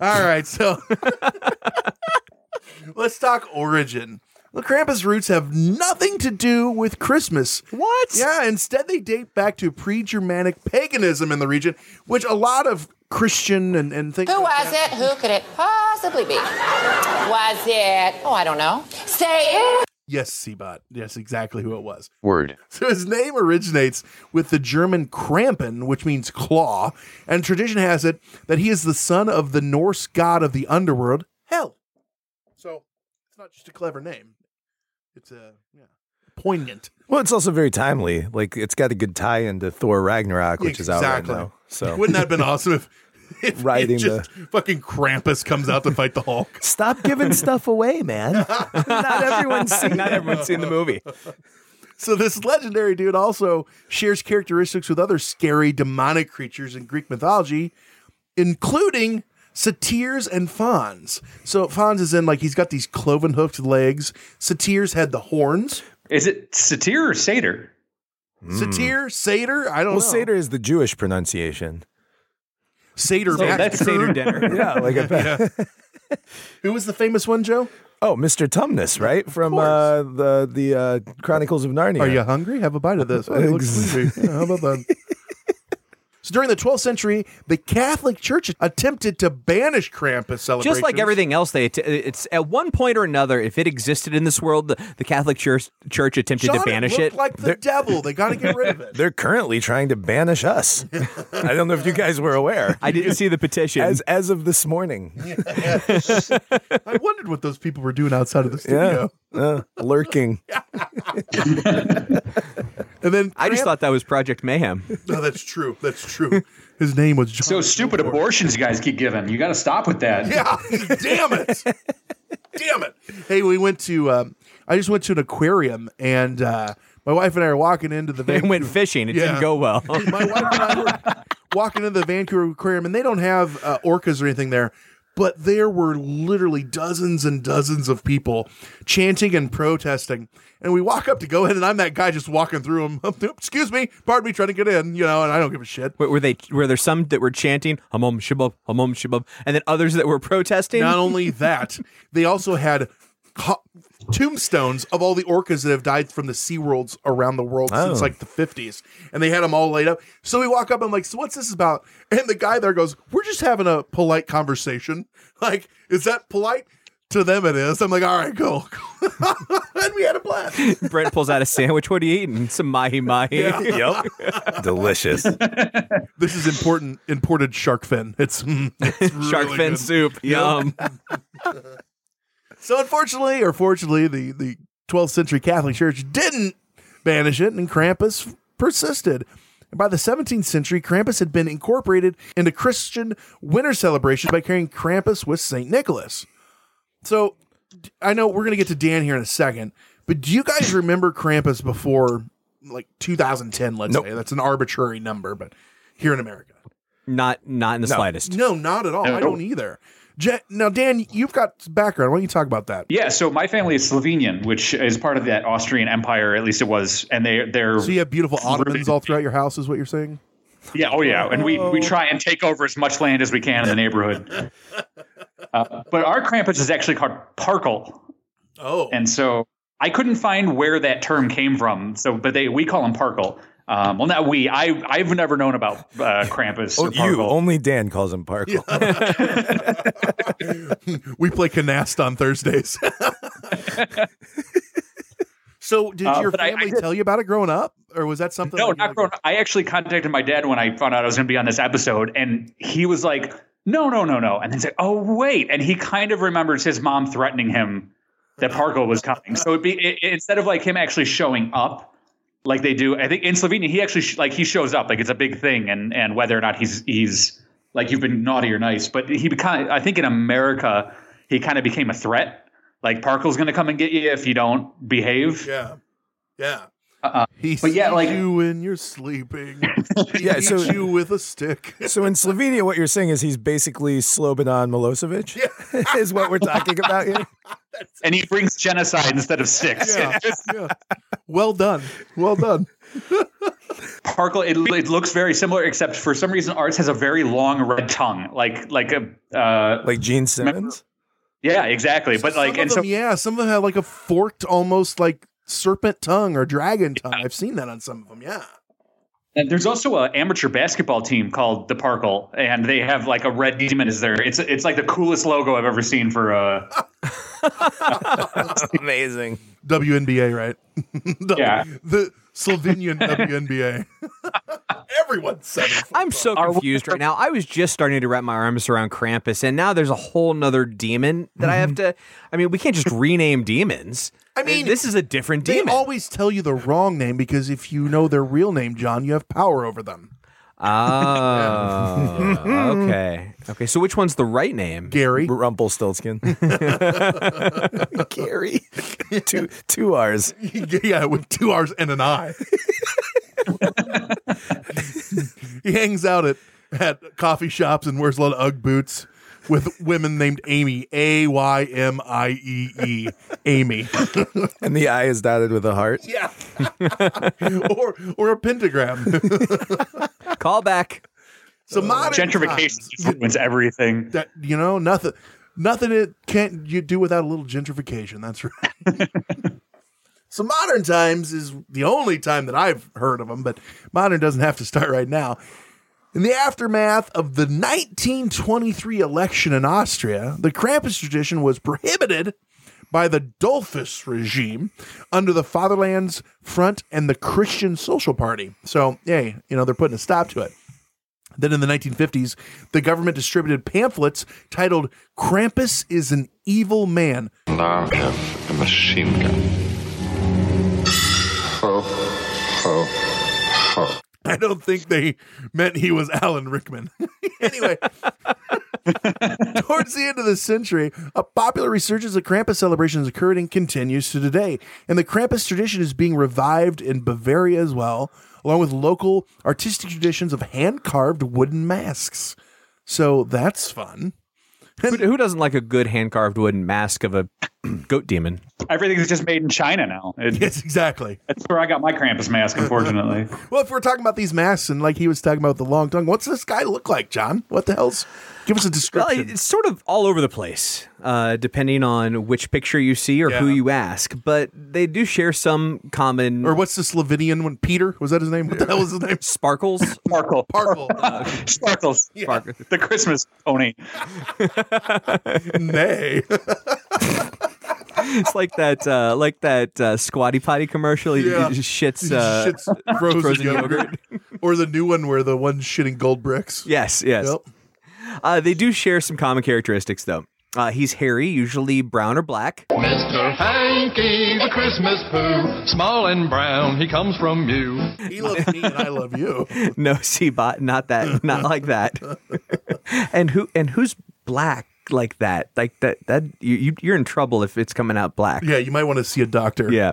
Speaker 2: All right, so let's talk origin. The Krampus roots have nothing to do with Christmas.
Speaker 3: What?
Speaker 2: Yeah, instead they date back to pre-Germanic paganism in the region, which a lot of Christian and, and things.
Speaker 20: Who
Speaker 2: like
Speaker 20: was
Speaker 2: that-
Speaker 20: it? Who could it possibly be? Was it? Oh, I don't know. Say it.
Speaker 2: Yes, Seabot. Yes, exactly who it was.
Speaker 15: Word.
Speaker 2: So his name originates with the German Krampen, which means claw, and tradition has it that he is the son of the Norse god of the underworld, Hell. So it's not just a clever name. It's a yeah. poignant.
Speaker 9: Well, it's also very timely. Like it's got a good tie into Thor Ragnarok, which is out right now. So
Speaker 2: wouldn't that have been awesome if, if
Speaker 9: Riding
Speaker 2: it just fucking Krampus comes out to fight the Hulk?
Speaker 9: Stop giving stuff away, man.
Speaker 3: Not everyone's seen. Not everyone's seen the movie.
Speaker 2: So this legendary dude also shares characteristics with other scary demonic creatures in Greek mythology, including satyrs and fauns. So fauns is in like he's got these cloven hooked legs. Satyrs had the horns.
Speaker 8: Is it satyr or satyr?
Speaker 2: Satyr, satyr. I don't
Speaker 9: well,
Speaker 2: know.
Speaker 9: Seder is the Jewish pronunciation.
Speaker 2: Seder.
Speaker 9: So
Speaker 2: massacre.
Speaker 9: that's Seder dinner. Yeah, like a-
Speaker 2: Yeah. Who was the famous one, Joe?
Speaker 9: Oh, Mr. Tumnus, right from uh, the the uh, Chronicles of Narnia.
Speaker 2: Are you hungry? Have a bite of this. Oh, it looks
Speaker 9: Ex-
Speaker 2: sleepy. Yeah, how about that? So during the 12th century, the Catholic Church attempted to banish Krampus celebrations.
Speaker 3: Just like everything else, they att- it's at one point or another. If it existed in this world, the, the Catholic Church, Church attempted
Speaker 2: John,
Speaker 3: to banish
Speaker 2: it
Speaker 3: it.
Speaker 2: looked like the devil. They got to get rid of it.
Speaker 9: They're currently trying to banish us. I don't know if you guys were aware.
Speaker 3: I didn't see the petition.
Speaker 9: As as of this morning,
Speaker 2: I wondered what those people were doing outside of the
Speaker 9: yeah,
Speaker 2: studio.
Speaker 9: uh, lurking.
Speaker 2: And then
Speaker 3: I just
Speaker 2: Kramp-
Speaker 3: thought that was Project Mayhem.
Speaker 2: No, that's true. That's true. His name was John.
Speaker 8: So stupid abortions you guys keep giving. You got to stop with that.
Speaker 2: Yeah, damn it, damn it. Hey, we went to. Um, I just went to an aquarium, and uh, my wife and I are walking into the.
Speaker 3: They
Speaker 2: Vancouver,
Speaker 3: went fishing. It
Speaker 2: Yeah.
Speaker 3: didn't go well.
Speaker 2: walking into the Vancouver Aquarium, and they don't have uh, orcas or anything there. But there were literally dozens and dozens of people chanting and protesting. And we walk up to go in, and I'm that guy just walking through them. Excuse me, pardon me, trying to get in, you know, and I don't give a shit.
Speaker 3: Were- Were they? Were there some that were chanting "Hamom Shabab, Hamom Shabab," and then others that were protesting?
Speaker 2: Not only that, they also had co- tombstones of all the orcas that have died from the SeaWorlds around the world since
Speaker 9: Oh.
Speaker 2: like the 50s. And they had them all laid up. So we walk up, I'm like, so what's this about? And the guy there goes, we're just having a polite conversation. Like, is that polite? To them it is. I'm like, all right, cool. and we had a blast.
Speaker 3: Brent pulls out a sandwich. What are you eating? Some mahi mahi.
Speaker 2: Yeah.
Speaker 9: Yep, delicious.
Speaker 2: This is important imported shark fin. It's, mm, it's
Speaker 3: Shark
Speaker 2: really
Speaker 3: fin
Speaker 2: good.
Speaker 3: soup. Yum.
Speaker 2: So unfortunately, or fortunately, the, the 12th century Catholic Church didn't banish it, and Krampus persisted. And by the 17th century, Krampus had been incorporated into Christian winter celebrations by carrying Krampus with St. Nicholas. So d- I know we're going to get to Dan here in a second, but do you guys remember Krampus before like 2010, let's say? That's an arbitrary number, but here in America.
Speaker 3: Not not in the
Speaker 2: No.
Speaker 3: slightest.
Speaker 2: No, not at all. I don't either. Ja- now, Dan, you've got background. Why don't you talk about that?
Speaker 8: Yeah, so my family is Slovenian, which is part of that Austrian Empire, at least it was, and they they're
Speaker 2: So you have beautiful ottomans all throughout your house, is what you're saying?
Speaker 8: yeah, oh yeah, and we we try and take over as much land as we can in the neighborhood. Uh, but our Krampus is actually called Parkle,
Speaker 2: Oh,
Speaker 8: and so I couldn't find where that term came from. So, but they we call him Parkle. Um, well, not we. I I've never known about uh, Krampus.
Speaker 9: Oh,
Speaker 8: or Parkle.
Speaker 9: you only Dan calls him Parkle.
Speaker 2: we play canasta on Thursdays. so, did
Speaker 8: Uh,
Speaker 2: your
Speaker 8: but I- I
Speaker 2: family
Speaker 8: did-
Speaker 2: tell you about it growing up, or was that something?
Speaker 8: No,
Speaker 2: that you
Speaker 8: not
Speaker 2: like-
Speaker 8: grown. up. I actually contacted my dad when I found out I was going to be on this episode, and he was like, "No, no, no, no," and then said, "Oh, wait," and he kind of remembers his mom threatening him that Parko was coming. So it'd be i i- instead of like him actually showing up, like they do. I think in Slovenia, he actually sh- like he shows up, like it's a big thing, and and whether or not he's he's like you've been naughty or nice, but he kind I think in America he kind of became a threat. Like Parko's going to come and get you if you don't behave.
Speaker 2: Yeah, yeah.
Speaker 8: Uh,
Speaker 2: He
Speaker 8: but yeah,
Speaker 2: sees
Speaker 8: like
Speaker 2: you when you're sleeping. He
Speaker 9: Yeah,
Speaker 2: beats
Speaker 9: so-
Speaker 2: you with a stick.
Speaker 9: So in Slovenia, what you're saying is he's basically Slobodan Milosevic, is what we're talking about here.
Speaker 8: and he brings genocide instead of sticks.
Speaker 2: Yeah, yeah. Well done, well done.
Speaker 8: Parkle, it, it looks very similar, except for some reason ours has a very long red tongue, like like a uh,
Speaker 9: Like Gene Simmons.
Speaker 8: yeah, exactly. But like,
Speaker 2: some
Speaker 8: and
Speaker 2: of them,
Speaker 8: so
Speaker 2: yeah, some of them have like a forked, almost like serpent tongue or dragon tongue. I've seen that on some of them. Yeah.
Speaker 8: and there's also an amateur basketball team called the Parkle, and they have like a red demon is there. It's
Speaker 2: Oh
Speaker 8: it's like the coolest logo I've ever seen for uh
Speaker 9: Amazing.
Speaker 2: WNBA, right? The-
Speaker 8: Yeah.
Speaker 2: The Slovenian WNBA. Everyone's seven.
Speaker 3: I'm so confused right now. I was just starting to wrap my arms around Krampus, and now there's a whole nother demon that I have to. I mean, we can't just rename demons.
Speaker 2: Mm-hmm. I mean,
Speaker 3: this is a different
Speaker 2: They
Speaker 3: demon.
Speaker 2: always tell you the wrong name because if you know their real name, John, you have power over them.
Speaker 3: Oh,
Speaker 2: Yeah.
Speaker 3: okay, okay. So which one's the right name?
Speaker 2: Gary
Speaker 9: Rumpelstiltskin.
Speaker 2: Gary.
Speaker 9: two two R's.
Speaker 2: yeah, with two R's and an I. he hangs out at, at coffee shops and wears a lot of Ugg boots with women named Amy. A Y M I E E. Amy.
Speaker 9: and the I is dotted with a heart.
Speaker 2: Yeah. or or a pentagram.
Speaker 3: Call back.
Speaker 2: So modern
Speaker 8: Uh, Gentrification
Speaker 2: times,
Speaker 8: just ruins everything.
Speaker 2: that you know nothing nothing it can't you do without a little gentrification. That's right. so modern times is the only time that I've heard of them, but modern doesn't have to start right now. In the aftermath of the 1923 election in Austria, the Krampus tradition was prohibited by the Dolphus regime under the Fatherland's Front and the Christian Social Party. So, yay, you know, they're putting a stop to it. Then in the 1950s, the government distributed pamphlets titled Krampus is an Evil Man.
Speaker 20: Now have a machine gun. Ho, ho, ho.
Speaker 2: I don't think they meant he was Alan Rickman. anyway, towards the end of the century, a popular resurgence of Krampus celebrations occurred and continues to today. And the Krampus tradition is being revived in Bavaria as well, along with local artistic traditions of hand carved wooden masks. So that's fun.
Speaker 3: Who, who doesn't like a good hand carved wooden mask of a goat demon?
Speaker 8: Everything's just made in China now. It-
Speaker 2: Yes, exactly.
Speaker 8: That's where I got my Krampus mask, unfortunately.
Speaker 2: Well, if we're talking about these masks and like he was talking about the long tongue, what's this guy look like, John? What the hell's? Give us a
Speaker 3: Well,
Speaker 2: description.
Speaker 3: it's sort of all over the place, uh, depending on which picture you see or who
Speaker 2: Yeah.
Speaker 3: you ask. But they do share some common.
Speaker 2: or what's the Slovenian one? Peter was that his name? What the hell was his name?
Speaker 3: Sparkles.
Speaker 8: Sparkle.
Speaker 2: Sparkle.
Speaker 8: Sparkles.
Speaker 3: Sparkle.
Speaker 8: The Christmas pony.
Speaker 2: Nay.
Speaker 3: It's like that, uh, like that uh, squatty potty commercial. He,
Speaker 2: Yeah.
Speaker 3: he just shits, uh,
Speaker 2: Shits frozen, yogurt, or the new one where the one's shitting gold bricks.
Speaker 3: Yes, yes. Uh, they do share some common characteristics, though. Uh, he's hairy, usually brown or black.
Speaker 21: Mr. Hanky, the Christmas poo, small and brown, he comes from you.
Speaker 2: He loves me and I love you.
Speaker 3: no Seabot, not that, not like that. and who and who's black like that? Like that that you, you you're in trouble if it's coming out black.
Speaker 2: Yeah, you might want to see a doctor.
Speaker 3: Yeah,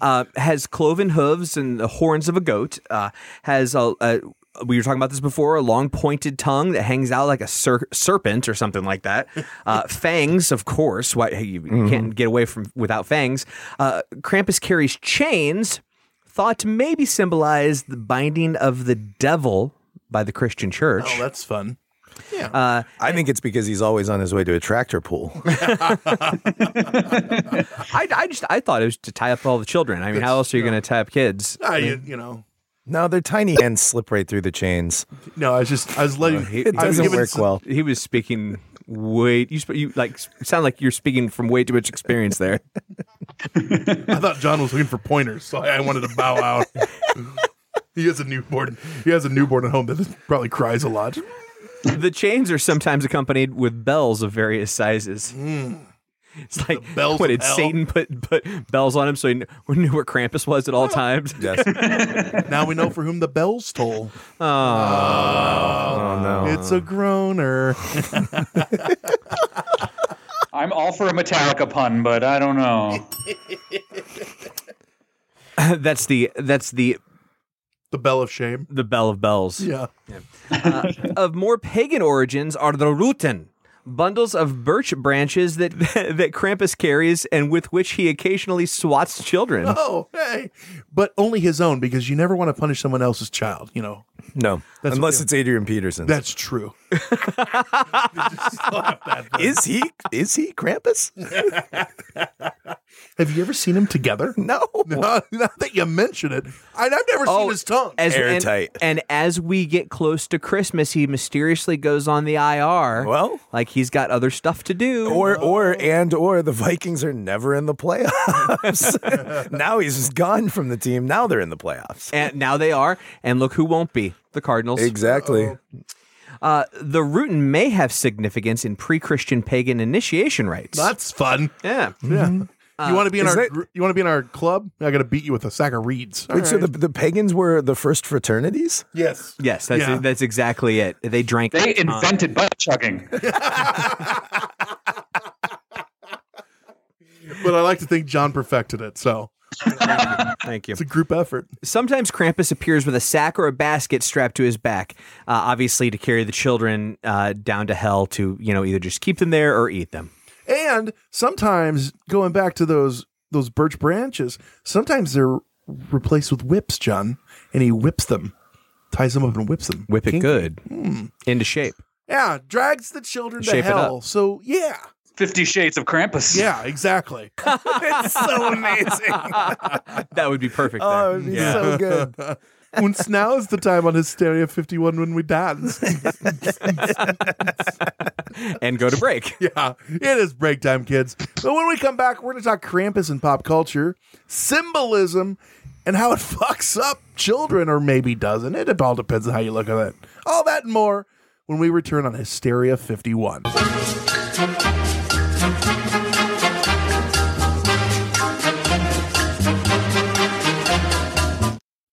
Speaker 3: uh, has cloven hooves and the horns of a goat. Uh, has a, a we were talking about this before. A long pointed tongue that hangs out like a ser- serpent or something like that. Uh, fangs, of course. Why you, you
Speaker 9: Mm-hmm.
Speaker 22: Mhm.
Speaker 3: can't get away from without fangs. Uh, Krampus carries chains, thought to maybe symbolize the binding of the devil by the Christian Church.
Speaker 2: Oh, that's fun.
Speaker 3: Uh,
Speaker 9: I think it's because he's always on his way to a tractor pool.
Speaker 3: I, I just I thought it was to tie up all the children. I mean, how else are you going to tie up kids?
Speaker 2: Ah, you, you know.
Speaker 9: No, their tiny hands slip right through the chains.
Speaker 2: No, I was just I was letting.
Speaker 3: He-
Speaker 9: It
Speaker 3: I was
Speaker 9: doesn't
Speaker 3: given
Speaker 9: work
Speaker 3: some-
Speaker 9: well.
Speaker 3: He was speaking way you sp- you like s- sound like you're speaking from way too much experience there.
Speaker 2: I thought John was looking for pointers, so I I wanted to bow out. he has a newborn. He has a newborn at home that probably cries a lot.
Speaker 3: the chains are sometimes accompanied with bells of various sizes.
Speaker 9: Mm,
Speaker 3: It's like
Speaker 2: bells
Speaker 3: what
Speaker 2: of
Speaker 3: did
Speaker 2: hell.
Speaker 3: Satan put put bells on him so he kn- we knew where Krampus was at all times.
Speaker 9: Yes.
Speaker 2: Now we know for whom the bells toll.
Speaker 3: Oh,
Speaker 9: no.
Speaker 2: It's a groaner.
Speaker 8: I'm all for a Metallica pun, but I don't know.
Speaker 3: that's the that's the
Speaker 2: the bell of shame.
Speaker 3: The bell of bells.
Speaker 2: Yeah.
Speaker 3: Uh, of more pagan origins are the Ruten, bundles of birch branches that that Krampus carries and with which he occasionally swats children.
Speaker 2: Oh, hey. But only his own because you never want to punish someone else's child, you know.
Speaker 9: No,
Speaker 2: That's-
Speaker 9: unless
Speaker 2: yeah.
Speaker 9: it's Adrian Peterson.
Speaker 2: That's true.
Speaker 9: is he? Is he Krampus?
Speaker 2: Have you ever seen them together?
Speaker 5: No.
Speaker 2: Now that you mention it, I, I've never seen his tongue.
Speaker 3: As, and- And, as we get close to Christmas, he mysteriously goes on the IR.
Speaker 5: Well,
Speaker 3: like he's got other stuff to do.
Speaker 5: Or or and or the Vikings are never in the playoffs. now he's just gone from the team. Now they're in the playoffs.
Speaker 3: and now they are. And look who won't be the Cardinals.
Speaker 5: Exactly.
Speaker 3: Uh, the rutin may have significance in pre-Christian pagan initiation rites.
Speaker 2: That's fun. Mm-hmm.
Speaker 3: Yeah,
Speaker 2: Hmm. you want to be in
Speaker 5: Is
Speaker 2: our
Speaker 5: that-
Speaker 2: gr- you want to be in our club? I got to beat you with a sack of reeds.
Speaker 5: Wait, so the, the pagans were the first fraternities?
Speaker 2: yes,
Speaker 3: Yes, that's
Speaker 5: Yeah.
Speaker 3: that's exactly it. Uh, They drank.
Speaker 23: They
Speaker 3: a ton.
Speaker 23: invented butt chugging.
Speaker 2: but I like to think John perfected it. So
Speaker 3: Thank you.
Speaker 2: it's a group effort.
Speaker 3: Sometimes Krampus appears with a sack or a basket strapped to his back, uh, obviously to carry the children uh, down to hell to you know either just keep them there or eat them.
Speaker 2: And sometimes going back to those those birch branches, sometimes they're replaced with whips, John, and he whips them, ties them up and whips them.
Speaker 3: Whip it good
Speaker 2: Hmm.
Speaker 3: into shape.
Speaker 2: Yeah, drags the children
Speaker 3: Shape
Speaker 2: to
Speaker 3: it
Speaker 2: hell.
Speaker 3: up.
Speaker 2: So yeah,
Speaker 23: Fifty Shades of Krampus.
Speaker 2: yeah, exactly.
Speaker 5: it's so amazing.
Speaker 3: That would be perfect.
Speaker 5: Oh,
Speaker 3: then.
Speaker 5: it'd be so good.
Speaker 2: And now is the time on Hysteria 51 when we dance.
Speaker 3: and go to break.
Speaker 2: Yeah, it is break time, kids. But when we come back, we're going to talk Krampus and pop culture, symbolism, and how it fucks up children, or maybe doesn't. It all depends on how you look at it. All that and more when we return on Hysteria 51.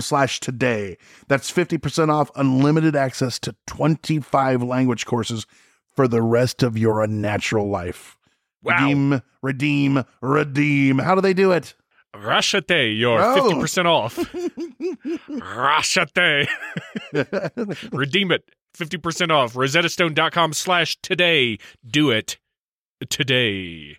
Speaker 2: slash today. That's 50% off unlimited access to 25 language courses for the rest of your unnatural life. Wow. Redeem, redeem, redeem. How do they do it?
Speaker 8: Rashate, you're
Speaker 2: Oh.
Speaker 8: fifty percent off. Rashate, redeem it, fifty percent off. RosettaStone.com slash today. Do it today.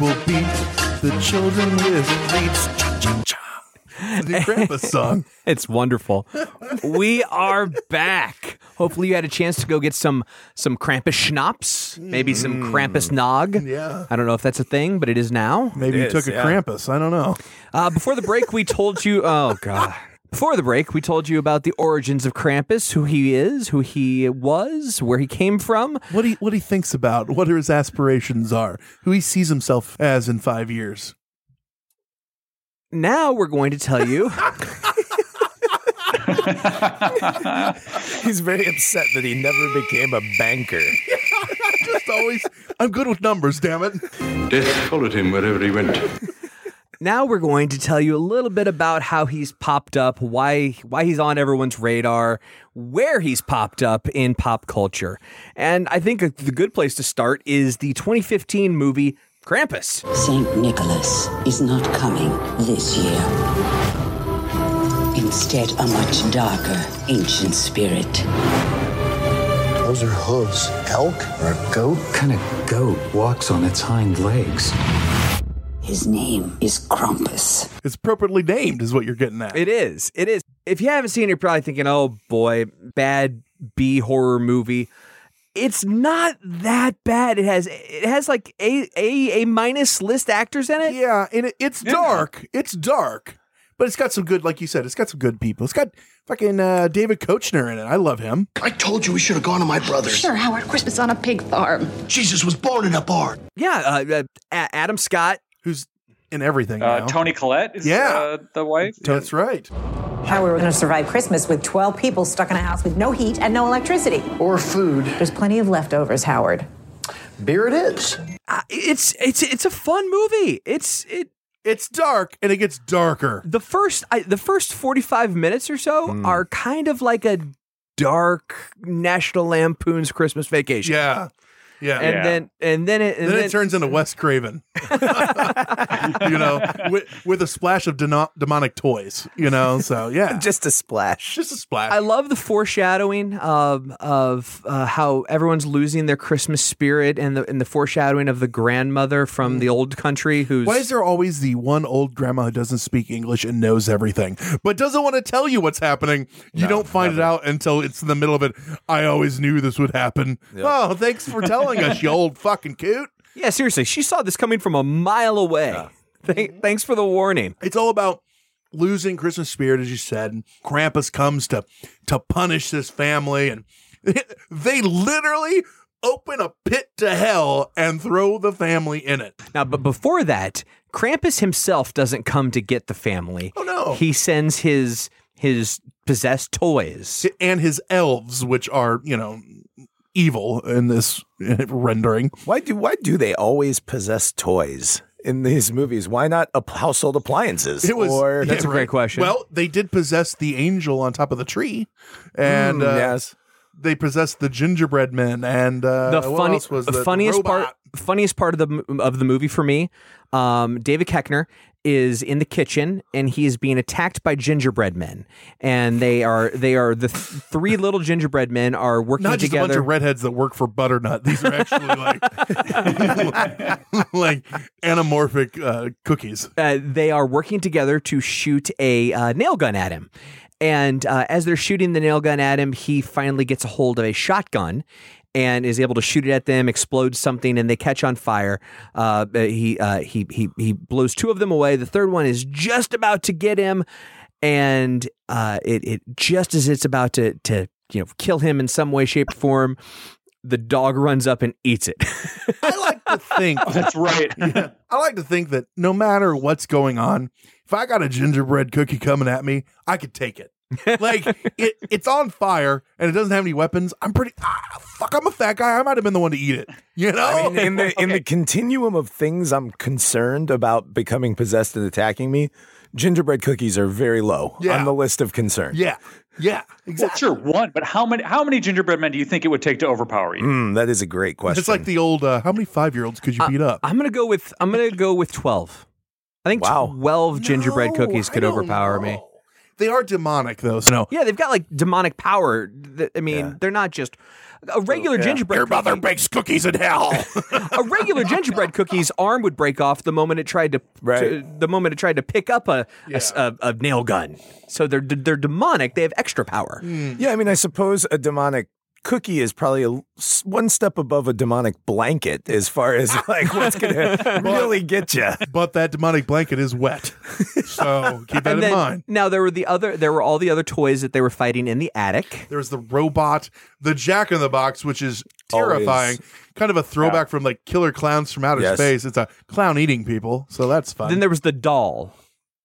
Speaker 2: will beat the children with beats. Cha cha cha. The Krampus song.
Speaker 3: it's wonderful. We are back. Hopefully, you had a chance to go get some some Krampus schnapps, maybe some
Speaker 5: Mm.
Speaker 3: Krampus nog.
Speaker 2: Yeah.
Speaker 3: I don't know if that's a thing, but it is now.
Speaker 2: Maybe you took a Krampus. I don't know.
Speaker 3: Uh, before the break, we told you. Oh God. Before the break, we told you about the origins of Krampus, who he is, who he was, where he came from.
Speaker 2: What he what he thinks about, what his aspirations are, who he sees himself as in five years.
Speaker 3: Now we're going to tell you.
Speaker 24: He's very upset that he never became a banker.
Speaker 2: Just always, I'm good with numbers. Damn it!
Speaker 5: Death followed him wherever he went.
Speaker 3: Now we're going to tell you a little bit about how he's popped up, why why he's on everyone's radar, where he's popped up in pop culture. And I think the good place to start is the 2015 movie Krampus.
Speaker 11: St. Nicholas is not coming this year. Instead, a much darker, ancient spirit.
Speaker 9: Those are hooves. Elk or a goat? What kind of goat walks on its hind legs?
Speaker 11: His name is Krampus.
Speaker 2: It's appropriately named, is what you're getting at.
Speaker 3: It is. It is. If you haven't seen it, you're probably thinking, oh boy, bad B horror movie. It's not that bad. It has it has like a a a minus list actors in it.
Speaker 2: Yeah, and it, it's dark. It's dark, but it's got some good, like you said, it's got some good people. It's got fucking uh, David Kochner in it. I love him.
Speaker 9: I told you we should have gone to my brother's.
Speaker 25: Sure, Howard, Christmas on a pig farm.
Speaker 9: Jesus was born in a barn.
Speaker 3: Yeah, uh, uh, A- Adam Scott,
Speaker 2: who's in everything.
Speaker 26: Uh,
Speaker 2: now.
Speaker 26: Tony Collette is
Speaker 2: Yeah.
Speaker 26: uh, the wife.
Speaker 2: That's right.
Speaker 1: How we were going to survive Christmas with 12 people stuck in a house with no heat and no electricity. Or food. There's plenty of leftovers, Howard.
Speaker 9: Beer it is.
Speaker 3: Uh, it's it's it's a fun movie. It's it
Speaker 2: it's dark and it gets darker.
Speaker 3: The first I, the first 45 minutes or so
Speaker 2: Hmm.
Speaker 3: are kind of like a dark National Lampoon's Christmas Vacation.
Speaker 2: Yeah. Yeah.
Speaker 3: And then and then it and
Speaker 2: then, it turns into Wes Craven, you know, with, with a splash of deno- demonic toys, you know. So yeah,
Speaker 24: just a splash,
Speaker 2: just a splash.
Speaker 3: I love the foreshadowing of of uh, how everyone's losing their Christmas spirit and the and the foreshadowing of the grandmother from
Speaker 24: Mm.
Speaker 3: the old country who's
Speaker 2: Why is there always the one old grandma who doesn't speak English and knows everything, but doesn't want to tell you what's happening? You don't find it out until it's in the middle of it. I always knew this would happen. Oh, thanks for telling us, you old fucking coot.
Speaker 3: Yeah, seriously, she saw this coming from a mile away. Th- thanks for the warning.
Speaker 2: It's all about losing Christmas spirit, as you said. And Krampus comes to to punish this family, and they literally open a pit to hell and throw the family in it.
Speaker 3: Now, but before that, Krampus himself doesn't come to get the family. Oh
Speaker 2: no.
Speaker 3: He sends his his possessed toys.
Speaker 2: and his elves, which are you know evil in this rendering.
Speaker 24: Why do why do they always possess toys in these movies? Why not a household appliances?
Speaker 2: It was
Speaker 24: Or-
Speaker 2: yeah, right. Well, they did possess the angel on top of the tree,
Speaker 3: Hmm,
Speaker 2: and
Speaker 24: Mm,
Speaker 2: uh,
Speaker 24: yes.
Speaker 2: they possessed the gingerbread men, and uh,
Speaker 3: the
Speaker 2: what
Speaker 3: funny,
Speaker 2: else was
Speaker 3: the
Speaker 2: the
Speaker 3: funniest
Speaker 2: robot?
Speaker 3: part funniest part of the m- of the movie for me um, David Keckner is in the kitchen and he is being attacked by gingerbread men, and they are they are the th- three little gingerbread men are working
Speaker 2: Not just
Speaker 3: together.
Speaker 2: a bunch of redheads that work for Butternut. These are actually like like anamorphic uh, cookies.
Speaker 3: uh, they are working together to shoot a uh, nail gun at him. And uh, as they're shooting the nail gun at him, he finally gets a hold of a shotgun and is able to shoot it at them, explode something, and they catch on fire. Uh, but he, uh, he he he blows two of them away. The third one is just about to get him, and uh, it it just as it's about to to you know kill him in some way, shape, or form. The dog runs up and eats it.
Speaker 2: think
Speaker 8: that's right.
Speaker 2: I like to think that no matter what's going on, if I got a gingerbread cookie coming at me, I could take it. like it, it's on fire and it doesn't have any weapons. I'm pretty ah, fuck. I'm a fat guy. I might have been the one to eat it. You know,
Speaker 9: I mean, in the in the continuum of things I'm concerned about becoming possessed and attacking me, gingerbread cookies are very low
Speaker 2: Yeah.
Speaker 9: on the list of concern.
Speaker 2: Yeah. Yeah.
Speaker 8: Exactly. sure, one, but how many how many gingerbread men do you think it would take to overpower you?
Speaker 9: Mm, that is a great question.
Speaker 2: it's like the old uh, how many five year olds could you beat up?
Speaker 3: I'm gonna go with I'm gonna go with twelve. I think twelve gingerbread cookies could overpower me.
Speaker 2: They are demonic though, so
Speaker 3: Yeah, they've got like demonic power. Th- I mean, they're not just a regular
Speaker 2: yeah.
Speaker 3: gingerbread.
Speaker 2: Your mother bakes cookies in hell.
Speaker 3: a regular gingerbread cookie's arm would break off the moment it tried to, to- the moment it tried to pick up a a s- a- a nail gun. So they're they're demonic. They have extra power.
Speaker 9: Yeah, I mean, I suppose a demonic cookie is probably a, s- one step above a demonic blanket as far as like what's gonna really get you.
Speaker 2: But that demonic blanket is wet, so keep that
Speaker 3: And
Speaker 2: in
Speaker 3: then-
Speaker 2: mind.
Speaker 3: Now there were the other there were all the other toys that they were fighting in the attic.
Speaker 2: There's the robot, the Jack in the Box, which is terrifying. Kind of a throwback from like Killer Clowns from Outer
Speaker 3: Yes.
Speaker 2: Space. It's a clown eating people, so that's fun.
Speaker 3: Then there was the doll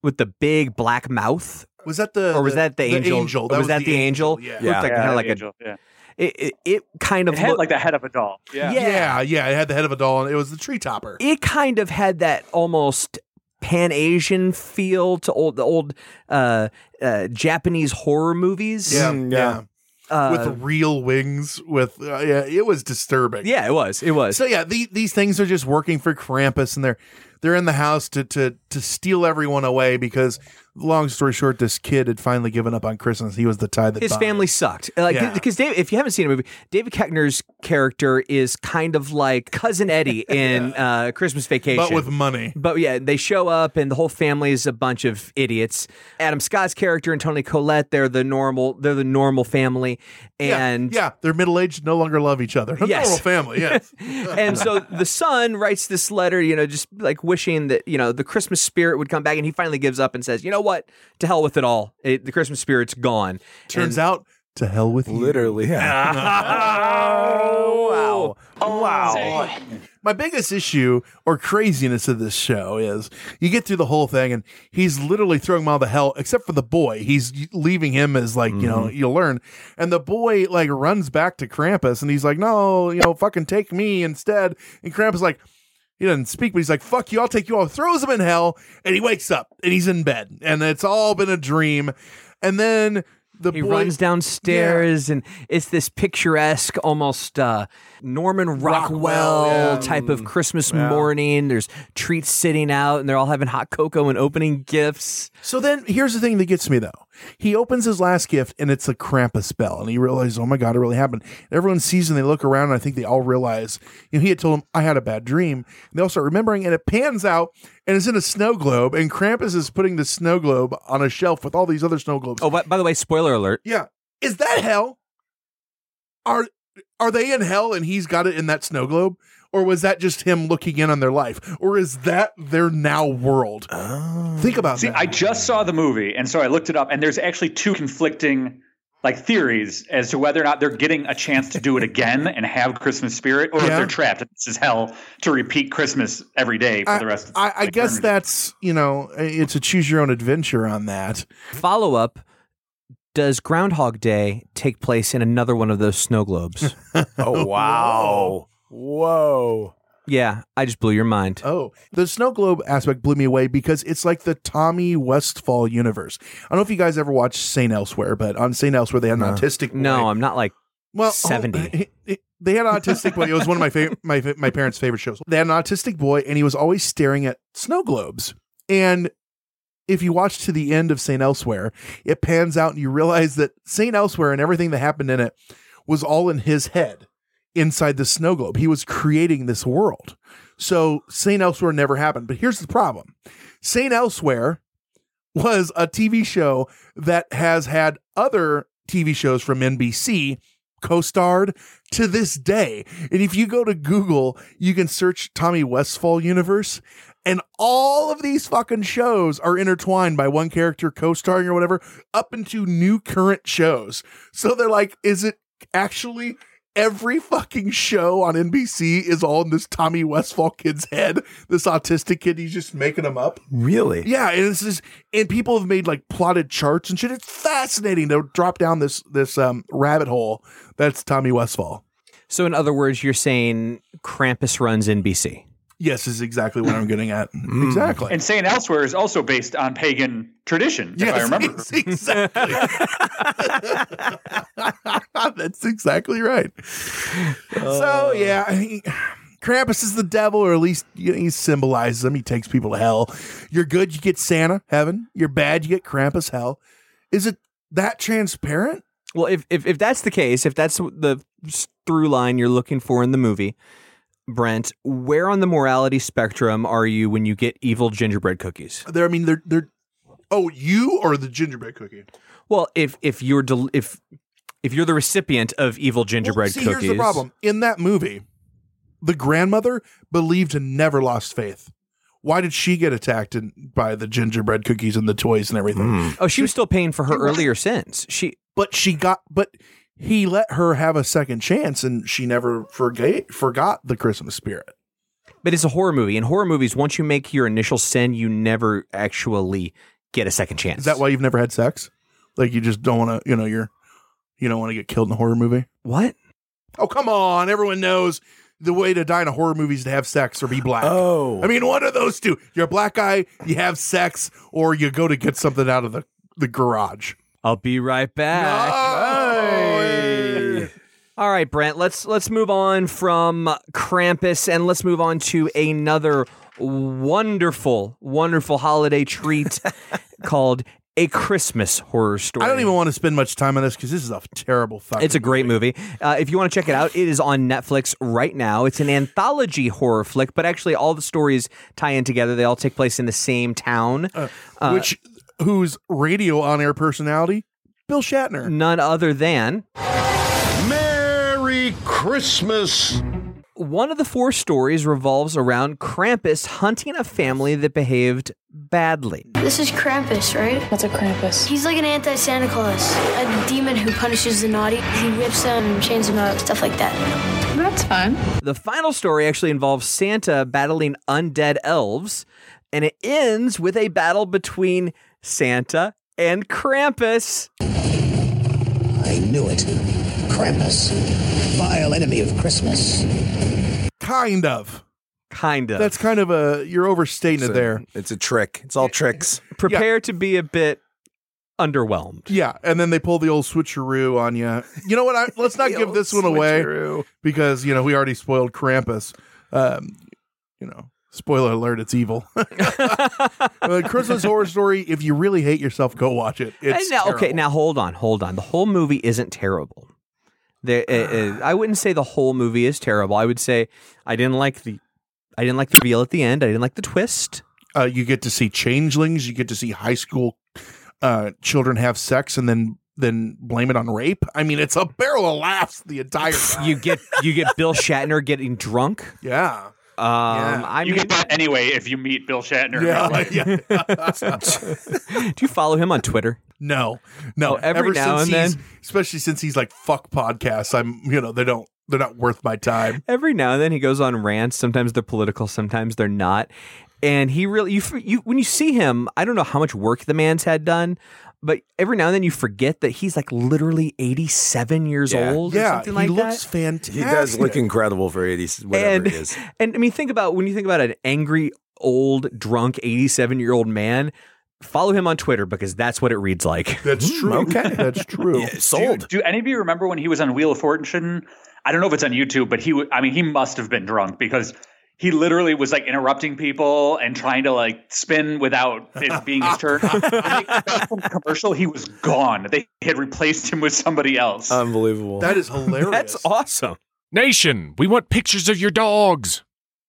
Speaker 3: with the big black mouth.
Speaker 2: Was that the
Speaker 3: or was
Speaker 2: the-
Speaker 3: that the,
Speaker 2: the
Speaker 3: angel?
Speaker 2: angel.
Speaker 3: Or
Speaker 2: That
Speaker 3: was,
Speaker 2: was
Speaker 3: that
Speaker 2: the
Speaker 3: the, angel?
Speaker 2: angel, yeah.
Speaker 3: Looked
Speaker 2: Yeah.
Speaker 3: like
Speaker 2: Yeah,
Speaker 3: kind
Speaker 8: Uh,
Speaker 2: the
Speaker 3: of like
Speaker 2: angel,
Speaker 3: a. It, it it kind of
Speaker 8: It had
Speaker 3: looked-
Speaker 8: like the head of a doll.
Speaker 3: Yeah.
Speaker 2: yeah, yeah. It had the head of a doll, and it was the tree topper.
Speaker 3: it kind of had that almost pan Asian feel to old the old uh, uh, Japanese horror movies.
Speaker 2: Yeah,
Speaker 8: Hmm.
Speaker 2: Mm, yeah.
Speaker 3: Uh,
Speaker 2: with real wings, with uh, yeah, it was disturbing.
Speaker 3: yeah, it was. It was.
Speaker 2: So yeah, the, these things are just working for Krampus, and they're they're in the house to to to steal everyone away because, long story short, this kid had finally given up on Christmas. He was the tie that
Speaker 3: his
Speaker 2: bound.
Speaker 3: family sucked. Uh, Like
Speaker 2: Yeah.
Speaker 3: because Dave, if you haven't seen a movie, David Keckner's character is kind of like cousin Eddie in uh, Christmas Vacation,
Speaker 2: But with money.
Speaker 3: But yeah, they show up and the whole family is a bunch of idiots. Adam Scott's character and Tony Collette, they're the normal, they're the normal family, and
Speaker 2: yeah, yeah, they're middle aged, no longer love each other. A
Speaker 3: Yes.
Speaker 2: normal family, yes.
Speaker 3: and so the son writes this letter, you know, just like wishing that, you know, the Christmas spirit would come back. And he finally gives up and says, you know what? To hell with it all. It, the Christmas spirit's gone.
Speaker 2: Turns out, to hell with you.
Speaker 9: Literally.
Speaker 3: wow.
Speaker 9: Wow.
Speaker 2: My biggest issue or craziness of this show is you get through the whole thing and he's literally throwing them all the hell, except for the boy. He's leaving him as like, you
Speaker 3: Mm-hmm.
Speaker 2: know, you'll learn. And the boy like runs back to Krampus and he's like, no, you know, fucking take me instead. And Krampus is like, he doesn't speak, but he's like, fuck you, I'll take you all. Throws him in hell and he wakes up and he's in bed and it's all been a dream. And then the
Speaker 3: He
Speaker 2: boy
Speaker 3: runs downstairs and it's this picturesque, almost uh, Norman Rockwell, mm,
Speaker 2: Rockwell, yeah.
Speaker 3: type of Christmas morning. There's treats sitting out and they're all having hot cocoa and opening gifts.
Speaker 2: So then here's the thing that gets me though. He opens his last gift and it's a Krampus bell and he realizes, oh my God, it really happened. Everyone sees and they look around and I think they all realize, you know, he had told him, I had a bad dream. And they all start remembering and it pans out and it's in a snow globe and Krampus is putting the snow globe on a shelf with all these other snow globes.
Speaker 3: Oh, by, by the way, spoiler alert.
Speaker 2: Yeah. Is that hell? Are are they in hell and he's got it in that snow globe? Or was that just him looking in on their life? Or is that their now world?
Speaker 3: Oh.
Speaker 2: Think about
Speaker 8: See,
Speaker 2: that.
Speaker 8: I just saw the movie, and so I looked it up, and there's actually two conflicting like theories as to whether or not they're getting a chance to do it again and have Christmas spirit, or if
Speaker 2: Yeah.
Speaker 8: they're trapped. and This is hell to repeat Christmas every day for
Speaker 2: I,
Speaker 8: the rest. of
Speaker 2: I, I guess that's you know it's a choose your own adventure on that.
Speaker 3: Follow up Does Groundhog Day take place in another one of those snow globes?
Speaker 9: oh wow. Whoa.
Speaker 3: Yeah, I just blew your mind.
Speaker 2: Oh, the snow globe aspect blew me away because it's like the Tommy Westfall universe. I don't know if you guys ever watched Saint Elsewhere, but on Saint Elsewhere they had an autistic. Boy.
Speaker 3: No, I'm not like
Speaker 2: well, oh,
Speaker 3: 70.
Speaker 2: it- it- They had an autistic boy. It was one of my favorite, my fa- my parents' favorite shows. They had an autistic boy, and he was always staring at snow globes. And if you watch to the end of St. Elsewhere, it pans out and you realize that St. Elsewhere and everything that happened in it was all in his head inside the snow globe. He was creating this world. So St. Elsewhere never happened. But here's the problem St. Elsewhere was a TV show that has had other TV shows from NBC co starred to this day. And if you go to Google, you can search Tommy Westfall Universe, and all of these fucking shows are intertwined by one character co starring or whatever up into new current shows. So they're like, is it actually. Every fucking show on NBC is all in this Tommy Westfall kid's head. This autistic kid, he's just making them up.
Speaker 9: Really?
Speaker 2: Yeah, and this is and people have made like plotted charts and shit. It's fascinating to drop down this this um, rabbit hole. That's Tommy Westfall.
Speaker 3: So, in other words, you're saying Krampus runs NBC.
Speaker 2: Yes, is exactly what I'm getting at. Exactly.
Speaker 8: Mm. And St. Elsewhere is also based on pagan tradition, if I
Speaker 2: Yes,
Speaker 8: remember.
Speaker 2: it's exactly. That's exactly right. so
Speaker 8: Uh.
Speaker 2: yeah, he, Krampus is the devil, or at least you know, he symbolizes him. He takes people to hell. You're good, you get Santa heaven. You're bad, you get Krampus hell. Is it that transparent?
Speaker 3: Well, if, if if that's the case, if that's the s- through line you're looking for in the movie, Brent, where on the morality spectrum are you when you get evil gingerbread cookies?
Speaker 2: There, I mean, they're they're. Oh, you or the gingerbread cookie?
Speaker 3: Well, if if you're del- if if you're the recipient of evil gingerbread
Speaker 2: See,
Speaker 3: cookies,
Speaker 2: here's the problem. In that movie, the grandmother believed and never lost faith. Why did she get attacked in, by the gingerbread cookies and the toys and everything?
Speaker 3: Oh, she was still paying for her earlier sins. She,
Speaker 2: but she got, but he let her have a second chance, and she never forgave, forgot the Christmas spirit.
Speaker 3: But it's a horror movie. In horror movies, once you make your initial sin, you never actually get a second chance.
Speaker 2: Is that why you've never had sex? Like you just don't want to, you know, you're you don't want to get killed in a horror movie.
Speaker 3: What?
Speaker 2: Oh come on! Everyone knows the way to die in a horror movie is to have sex or be black. Oh, I mean, what are those two? You're a black guy, you have sex, or you go to get something out of the the garage.
Speaker 3: I'll be right back. All right, Brent. Let's let's move on from Krampus and let's move on to another wonderful, wonderful holiday treat called A Christmas Horror Story.
Speaker 2: I don't even want to spend much time on this because this is a terrible fucking.
Speaker 3: It's a great movie. Uh, if you want to check it out, it is on Netflix right now. It's an anthology horror flick, but actually, all the stories tie in together. They all take place in the same town. Uh,
Speaker 2: which whose radio on air personality? Bill Shatner.
Speaker 3: None other than
Speaker 6: Merry Christmas.
Speaker 3: One of the four stories revolves around Krampus hunting a family that behaved badly.
Speaker 27: This is Krampus, right? What's a Krampus? He's like an anti Santa Claus, a demon who punishes the naughty. He rips them, chains them up, stuff like that. That's fun.
Speaker 3: The final story actually involves Santa battling undead elves, and it ends with a battle between Santa and Krampus.
Speaker 11: I knew it. Krampus, vile enemy of Christmas.
Speaker 2: Kind of.
Speaker 3: Kind of.
Speaker 2: That's kind of a you're overstating it there.
Speaker 9: It's a trick. It's all tricks.
Speaker 3: Prepare to be a bit underwhelmed.
Speaker 2: Yeah, and then they pull the old switcheroo on you. You know what? I, let's not give this one away because you know we already spoiled Krampus. Um, you know, spoiler alert: it's evil. Uh, Christmas horror story. If you really hate yourself, go watch it. It's
Speaker 3: And now, okay,
Speaker 2: terrible.
Speaker 3: now hold on, hold on. The whole movie isn't terrible. There, uh, uh, I wouldn't say the whole movie is terrible. I would say I didn't like the, I didn't like the reveal at the end. I didn't like the twist.
Speaker 2: uh, you get to see changelings. You get to see high school uh, children have sex and then then blame it on rape. I mean, it's a barrel of laughs the entire time.
Speaker 3: You get you get Bill Shatner getting drunk.
Speaker 2: Yeah.
Speaker 3: Um,
Speaker 8: I
Speaker 3: I
Speaker 8: you
Speaker 3: mean,
Speaker 8: get that anyway if you meet Bill Shatner.
Speaker 2: Yeah,
Speaker 3: do you follow him on Twitter?
Speaker 2: No, no.
Speaker 3: Oh, every
Speaker 2: Ever
Speaker 3: now
Speaker 2: since
Speaker 3: and then?
Speaker 2: he's- especially since he's like fuck podcasts. I'm, you know, they don't, they're not worth my time.
Speaker 3: Every now and then he goes on rants. Sometimes they're political, sometimes they're not. And he really, you, f- you when you see him, I don't know how much work the man's had done, but every now and then you forget that he's like literally eighty-seven years old. or something like that.
Speaker 9: He does look incredible for 80s, whatever
Speaker 3: and,
Speaker 9: it is.
Speaker 3: And I mean, think about when you think about an angry, old, drunk, 87 year old man, follow him on Twitter because that's what it reads like.
Speaker 2: That's true.
Speaker 9: okay.
Speaker 2: That's true.
Speaker 8: Sold. Do, any of you remember when he was on Wheel of Fortune? I don't know if it's on YouTube, but he, w- I mean, he must have been drunk because he literally was like interrupting people and trying to like spin without it being his turn. When they cut from commercial, he was gone. They had replaced him with somebody else.
Speaker 3: Um,
Speaker 9: Unbelievable.
Speaker 4: That is
Speaker 8: hilarious.
Speaker 4: That's awesome. Nation, we want pictures of your dogs.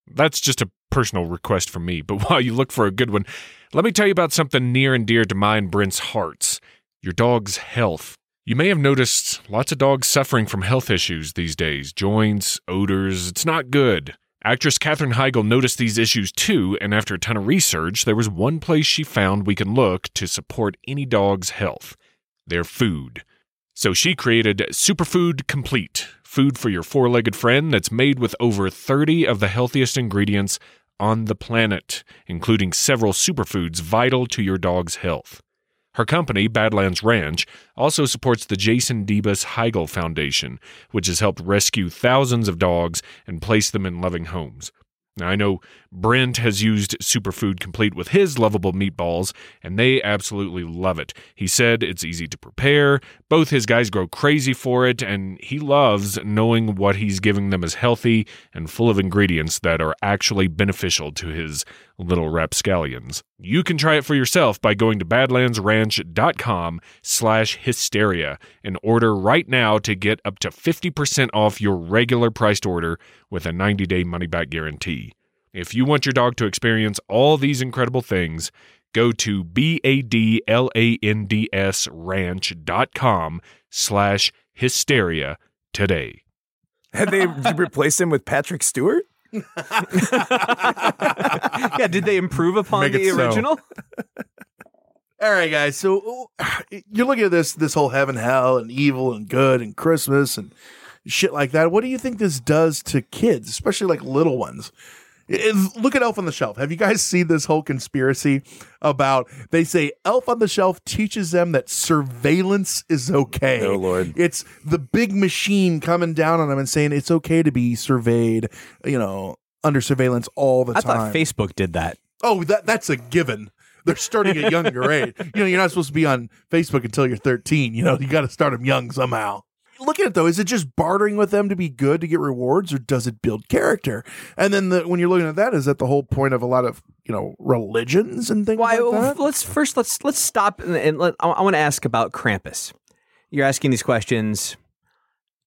Speaker 4: That's just a personal request from me, but while you look for a good one, let me tell you about something near and dear to mine Brent's hearts your dog's health. You may have noticed lots of dogs suffering from health issues these days joints, odors. It's not good. Actress Katherine Heigl noticed these issues too, and after a ton of research, there was one place she found we can look to support any dog's health their food. So she created Superfood Complete, food for your four legged friend that's made with over 30 of the healthiest ingredients on the planet, including several superfoods vital to your dog's health. Her company, Badlands Ranch, also supports the Jason Debus Heigel Foundation, which has helped rescue thousands of dogs and place them in loving homes. Now, I know Brent has used Superfood Complete with his lovable meatballs, and they absolutely love it. He said it's easy to prepare, both his guys grow crazy for it, and he loves knowing what he's giving them is healthy and full of ingredients that are actually beneficial to his little rapscallions. You can try it for yourself by going to badlandsranch.com slash hysteria and order right now to get up to 50% off your regular priced order with a 90-day money-back guarantee. If you want your dog to experience all these incredible things, go to B-A-D-L-A-N-D-S ranch.com slash hysteria today.
Speaker 9: Had they replaced him with Patrick Stewart?
Speaker 3: yeah, did they improve upon
Speaker 9: Make it
Speaker 3: the
Speaker 9: so.
Speaker 3: original?
Speaker 2: All right, guys. So uh, you're looking at this this whole heaven, hell, and evil and good and Christmas and shit like that. What do you think this does to kids, especially like little ones? It- look at Elf on the Shelf. Have you guys seen this whole conspiracy about they say Elf on the Shelf teaches them that surveillance is okay? Oh, Lord. It's the big machine coming down on them and saying it's okay to be surveyed, you know, under surveillance all the
Speaker 3: I
Speaker 2: time.
Speaker 3: thought Facebook did that.
Speaker 2: Oh, that that's a given. They're starting at younger age. You know, you're not supposed to be on Facebook until you're 13. You know, you got to start them young somehow. Look at it though. Is it just bartering with them to be good to get rewards, or does it build character? And then the, when you're looking at that, is that the whole point of a lot of you know religions and things
Speaker 3: Why?
Speaker 2: like that?
Speaker 3: well, let's first let's let's stop and, and let, I, I want to ask about Krampus. You're asking these questions.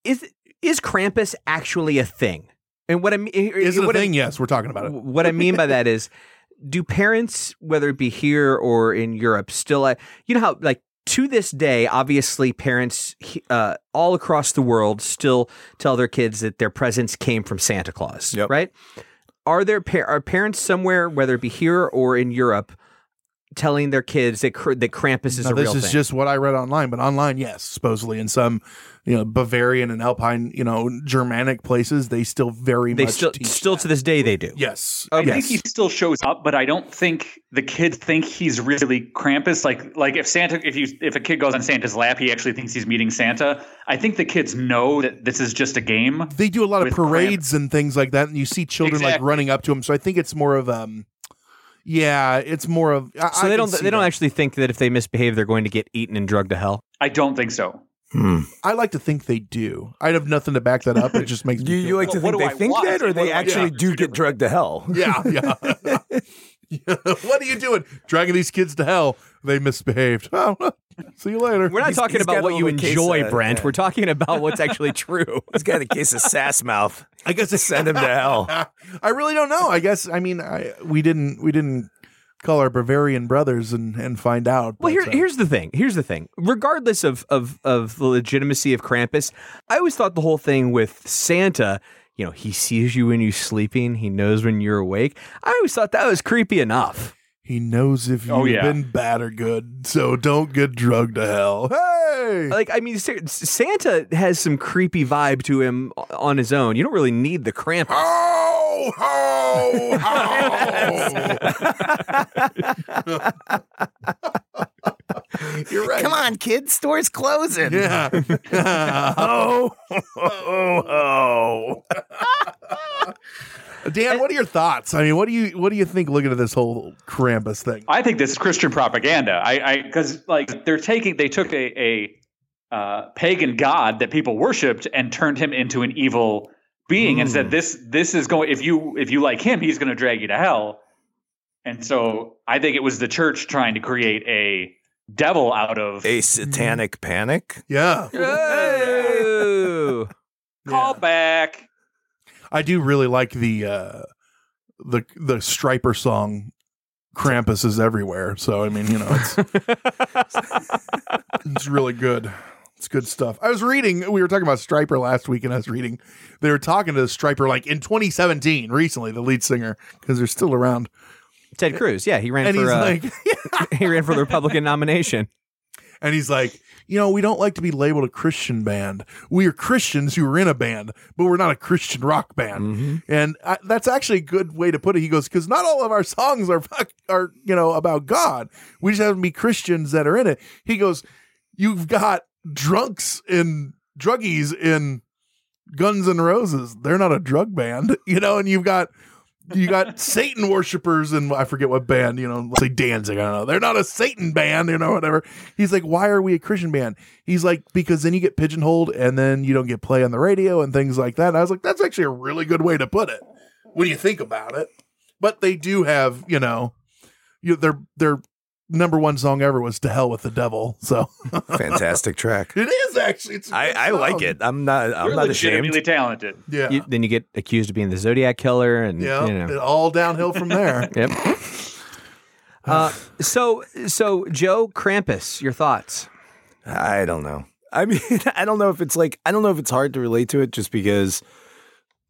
Speaker 3: Is is Krampus actually a thing? And what I mean
Speaker 2: Is it a
Speaker 3: what I-
Speaker 2: thing? yes, we're talking about it.
Speaker 3: Uh, What I mean by that is, do parents, whether it be here or in Europe, still, uh, you know how, like, to this day, obviously, parents he- uh, all across the world still tell their kids that their presents came from Santa Claus, right? Are there par- are parents somewhere, whether it be here or in Europe, telling their kids that cr- that Krampus is
Speaker 2: Now,
Speaker 3: a
Speaker 2: this
Speaker 3: real
Speaker 2: is
Speaker 3: thing?
Speaker 2: just what I read online, but online, yes, supposedly in some you know Bavarian and Alpine, you know Germanic places, they still very
Speaker 3: they
Speaker 2: much
Speaker 3: still
Speaker 2: teach
Speaker 3: still to this day they do.
Speaker 2: Yes,
Speaker 8: I think he still shows up, but I don't think the kids think he's really Krampus. Like, like if Santa, if you, if a kid goes on Santa's lap, he actually thinks he's meeting Santa. I think the kids know that this is just a game.
Speaker 2: they do a lot of
Speaker 8: with
Speaker 2: parades and things like that, and you see children like
Speaker 8: Exactly.
Speaker 2: running up to him. So I think it's more of um, yeah, it's more of I,
Speaker 3: so
Speaker 2: I
Speaker 3: they
Speaker 2: can
Speaker 3: don't
Speaker 2: see
Speaker 3: they don't
Speaker 2: that.
Speaker 3: actually think that if they misbehave, they're going to get eaten and drugged to hell.
Speaker 8: I don't think so.
Speaker 2: I like to think they do. I'd have nothing to back that up. It just makes
Speaker 9: You,
Speaker 2: me
Speaker 9: you like to think they think that, or they actually do get drugged to hell?
Speaker 2: Yeah, yeah. what are you doing? Dragging these kids to hell? They misbehaved. Oh, see you later.
Speaker 3: We're not talking about what you enjoy, Brent. We're talking about what's actually true.
Speaker 9: uh, He's got a case of sass mouth.
Speaker 2: I guess
Speaker 9: send him to hell.
Speaker 2: I really don't know. I guess I mean I we didn't we didn't call our Bavarian brothers and and find out.
Speaker 3: Well, here,
Speaker 2: but, uh,
Speaker 3: here's the thing. Here's the thing. Regardless of, of of the legitimacy of Krampus, I always thought the whole thing with Santa, you know, he sees you when you're sleeping, he knows when you're awake. I always thought that was creepy enough.
Speaker 2: He knows if you've
Speaker 3: Oh, yeah.
Speaker 2: been bad or good, so don't get drugged to hell. Hey,
Speaker 3: like I mean, ser- Santa has some creepy vibe to him o- on his own. You don't really need the Krampus.
Speaker 2: Oh, You're right.
Speaker 11: Come on, kids. Store's closing.
Speaker 2: Yeah. oh, oh, oh. Dan, what are your thoughts? I mean, what do you what do you think looking at this whole Krampus thing?
Speaker 8: I think this is Christian propaganda. I I because like they're taking they took a a uh, pagan god that people worshipped and turned him into an evil being and
Speaker 9: Hmm.
Speaker 8: said this this is going if you if you like him he's going to drag you to hell and so i think it was the church trying to create a devil out of
Speaker 9: a satanic panic.
Speaker 2: Yeah.
Speaker 8: call back
Speaker 2: I do really like the uh the the striper song Krampus is everywhere. So I mean, you know, it's it's really good. It's good stuff. I was reading we were talking about Striper last week and I was reading they were talking to Striper like in 2017 recently the lead singer cuz they're still around.
Speaker 3: Ted Cruz, yeah, he ran
Speaker 2: And
Speaker 3: for
Speaker 2: he's
Speaker 3: uh,
Speaker 2: like-
Speaker 3: he ran for the Republican nomination.
Speaker 2: And he's like, you know, we don't like to be labeled a Christian band. We are Christians who are in a band, but we're not a Christian rock band.
Speaker 9: Mm-hmm.
Speaker 2: And I, that's actually a good way to put it. He goes, because not all of our songs are fuck- are you know about God. We just happen to be Christians that are in it. He goes, you've got drunks and druggies in Guns N' Roses. They're not a drug band, you know. And you've got you got Satan worshipers and I forget what band, you know, let's say Danzig, I don't know. They're not a Satan band, you know, whatever. He's like, why are we a Christian band? He's like, because then you get pigeonholed and then you don't get play on the radio and things like that. And I was like, that's actually a really good way to put it when you think about it. But they do have, you know, you, their their number one song ever was "To Hell with the Devil." So
Speaker 9: Fantastic track.
Speaker 2: It is actually. It's a
Speaker 9: I,
Speaker 2: good
Speaker 9: I like
Speaker 2: song.
Speaker 9: it. I'm not. I'm
Speaker 2: You're
Speaker 9: not
Speaker 2: legitimately
Speaker 9: ashamed.
Speaker 8: really talented
Speaker 2: Yeah.
Speaker 3: You- then you get accused of being the Zodiac killer, and
Speaker 2: Yeah,
Speaker 3: you know.
Speaker 2: it- all downhill from there.
Speaker 3: Yep. Uh, so, so Joe Krampus, your thoughts?
Speaker 9: I don't know. I mean, I don't know if it's like. I don't know if it's hard to relate to it just because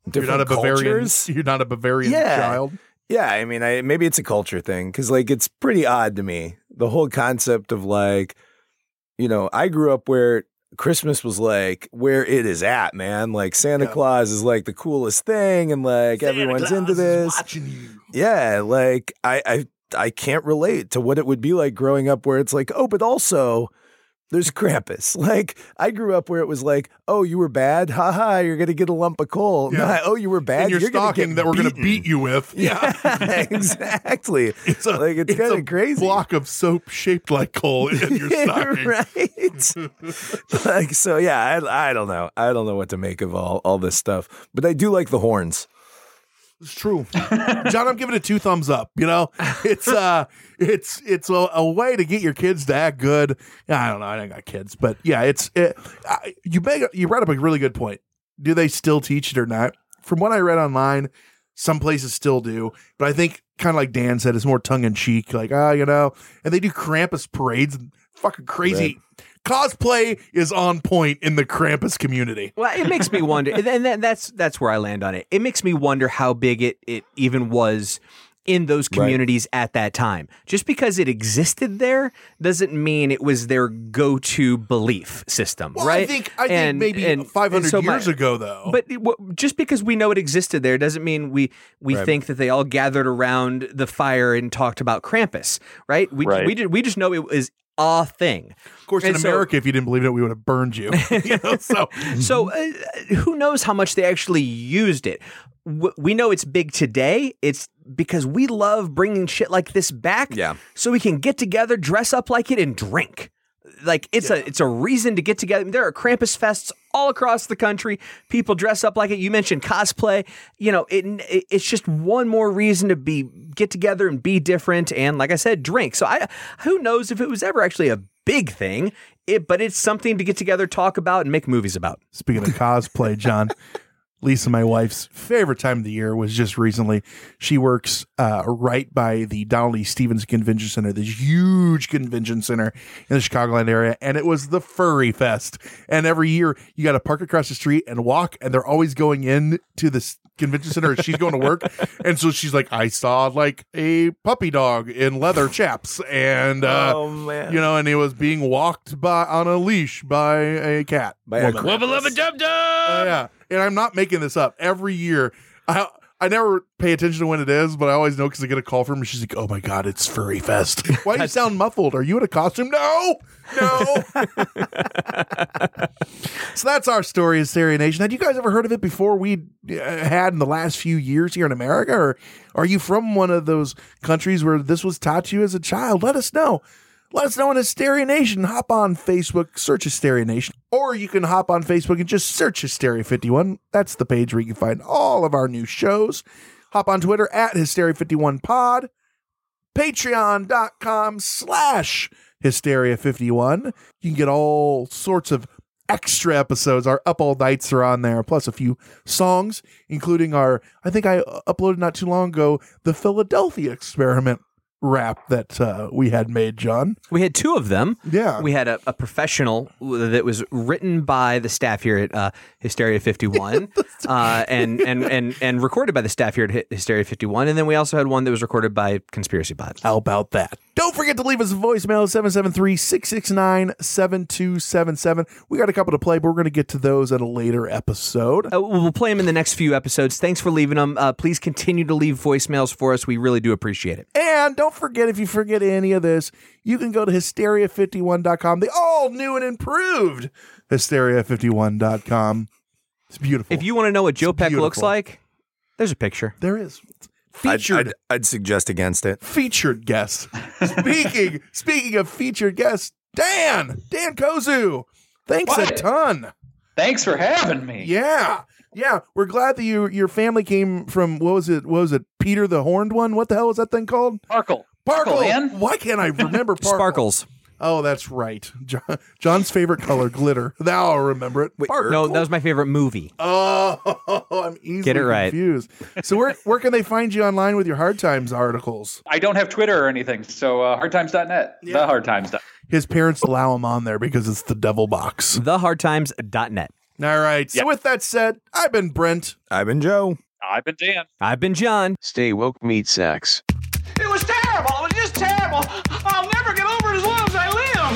Speaker 2: you're
Speaker 9: different
Speaker 2: not a Bavarian.
Speaker 9: cultures.
Speaker 2: You're not a Bavarian
Speaker 9: yeah.
Speaker 2: child.
Speaker 9: Yeah, I mean, I maybe it's a culture thing because like it's pretty odd to me the whole concept of like, you know, I grew up where Christmas was like where it is at, man. Like Santa Claus is like the coolest thing, and like everyone's into this. Yeah, like I, I I can't relate to what it would be like growing up where it's like, oh, but also there's Krampus. Like I grew up where it was like, oh, you were bad, haha, ha, you're gonna get a lump of coal.
Speaker 2: Yeah.
Speaker 9: Nah, oh, you were bad.
Speaker 2: And your
Speaker 9: you're gonna
Speaker 2: stocking
Speaker 9: get
Speaker 2: that we're going to
Speaker 9: beaten."
Speaker 2: beat you with. Yeah.
Speaker 9: exactly.
Speaker 2: It's a,
Speaker 9: like it's, kind
Speaker 2: a
Speaker 9: of crazy.
Speaker 2: block of soap shaped like coal in your
Speaker 9: Yeah,
Speaker 2: stocking.
Speaker 9: right? like so, yeah. I, I don't know. I don't know what to make of all all this stuff, but I do like the horns.
Speaker 2: It's true. John, I'm giving it two thumbs up. You know, it's uh it's it's a, a way to get your kids to act good. I don't know, I ain't got kids, but yeah, it's it, I, you beg, you brought up a really good point. Do they still teach it or not? From what I read online, some places still do, but I think kind of like Dan said, it's more tongue in cheek. Like ah, you know, and they do Krampus parades and fucking crazy. Cosplay is on point in the Krampus community.
Speaker 3: Well, it makes me wonder, and that, that's that's where I land on it. It makes me wonder how big it it even was in those communities at that time. Just because it existed there doesn't mean it was their go to belief system,
Speaker 2: Well,
Speaker 3: right?
Speaker 2: I think I think
Speaker 3: And-
Speaker 2: maybe
Speaker 3: and- and
Speaker 2: 500
Speaker 3: so my-
Speaker 2: years ago though.
Speaker 3: But it- wh- just because we know it existed there doesn't mean we we
Speaker 2: Right.
Speaker 3: think that they all gathered around the fire and talked about Krampus, right? We
Speaker 2: Right.
Speaker 3: we did, we just know it was a thing.
Speaker 2: Of course, in
Speaker 3: And so-
Speaker 2: America, if you didn't believe it, we would have burned you. Oh, so
Speaker 3: so uh, who knows how much they actually used it W- we know it's big today it's because we love bringing shit like this back yeah. so we can get together dress up like it and drink like it's a it's a reason to get together there are Krampus fests all across the country people dress up like it you mentioned cosplay you know it, it it's just one more reason to be get together and be different and like i said drink so i who knows if it was ever actually a big thing, it, but it's something to get together, talk about, and make movies about.
Speaker 2: Speaking of cosplay, John, Lisa, my wife's favorite time of the year was just recently. She works uh, right by the Donald E. Stevens Convention Center, this huge convention center in the Chicagoland area, and it was the Furry Fest. And every year, you got to park across the street and walk, and they're always going in to this convention center. She's going to work, and so she's like, "I saw like a puppy dog in leather chaps, and uh,
Speaker 9: Oh, man.
Speaker 2: you know, and he was being walked by on a leash by a cat,
Speaker 9: By a
Speaker 2: woman.
Speaker 9: Wubba
Speaker 4: lubba dub
Speaker 2: Oh,
Speaker 4: dub.
Speaker 2: yeah, and I'm not making this up. Every year, I I never pay attention to when it is, but I always know because I get a call from her. She's like, "Oh my god, it's Furry Fest." Why do you sound muffled? Are you in a costume? No, no. so that's our story as Syria Nation. Had you guys ever heard of it before we uh, had in the last few years here in America, or are you from one of those countries where this was taught to you as a child? Let us know. Let us know on Hysteria Nation. Hop on Facebook, search Hysteria Nation, or you can hop on Facebook and just search Hysteria 51. That's the page where you can find all of our new shows. Hop on Twitter at Hysteria 51 Pod, patreon.com slash Hysteria 51. You can get all sorts of extra episodes. Our Up All Nights are on there, plus a few songs, including our, I think I uh, uploaded not too long ago, the Philadelphia Experiment rap that uh, we had made, John.
Speaker 3: We had two of them.
Speaker 2: Yeah.
Speaker 3: We had a, a professional that was written by the staff here at uh, Hysteria 51 uh, and, and, and, and recorded by the staff here at Hy- Hysteria 51. And then we also had one that was recorded by Conspiracy Bot.
Speaker 2: How about that? Don't forget to leave us a voicemail 773 669 7277. We got a couple to play, but we're going to get to those at a later episode.
Speaker 3: Uh, we'll play them in the next few episodes. Thanks for leaving them. Uh, please continue to leave voicemails for us. We really do appreciate it.
Speaker 2: And don't forget, if you forget any of this, you can go to hysteria51.com, the all new and improved hysteria51.com. It's beautiful.
Speaker 3: If you want to know what Joe Peck looks
Speaker 2: beautiful.
Speaker 3: like, there's a picture.
Speaker 2: There is.
Speaker 9: I'd, I'd, I'd suggest against it.
Speaker 2: Featured guest. Speaking speaking of featured guests, Dan, Dan Kozu. Thanks a
Speaker 8: What?
Speaker 2: ton.
Speaker 8: Thanks for having me.
Speaker 2: Yeah. Yeah. We're glad that you your family came from what was it? What was it? Peter the Horned One? What the hell was that thing called?
Speaker 8: Parkle.
Speaker 2: Parkle.
Speaker 8: Parkle, man.
Speaker 2: Why can't I remember Parkle?
Speaker 3: Sparkles.
Speaker 2: Oh, that's right. John, John's favorite color, glitter. Now I'll remember it. Parkle.
Speaker 3: No, that was my favorite movie.
Speaker 2: Oh, I'm easily
Speaker 3: Get it right.
Speaker 2: confused. So where where can they find you online with your hard times articles?
Speaker 8: I don't have Twitter or anything, so uh, hardtimes.net. The hardtimes.net.
Speaker 2: His parents allow him on there because it's the devil box.
Speaker 3: Thehardtimes.net.
Speaker 2: All right. So with that said, I've been Brent.
Speaker 9: I've been Joe.
Speaker 8: I've been Dan.
Speaker 3: I've been John.
Speaker 15: Stay woke, meat sacks.
Speaker 7: It was terrible. It was just terrible. I'll never get over it as long as I live.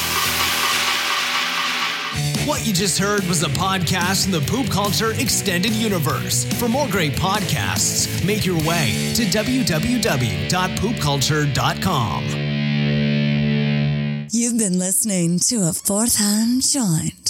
Speaker 12: What you just heard was a podcast in the Poop Culture Extended Universe. For more great podcasts, make your way to www.poopculture.com.
Speaker 14: You've been listening to a fourth hand shine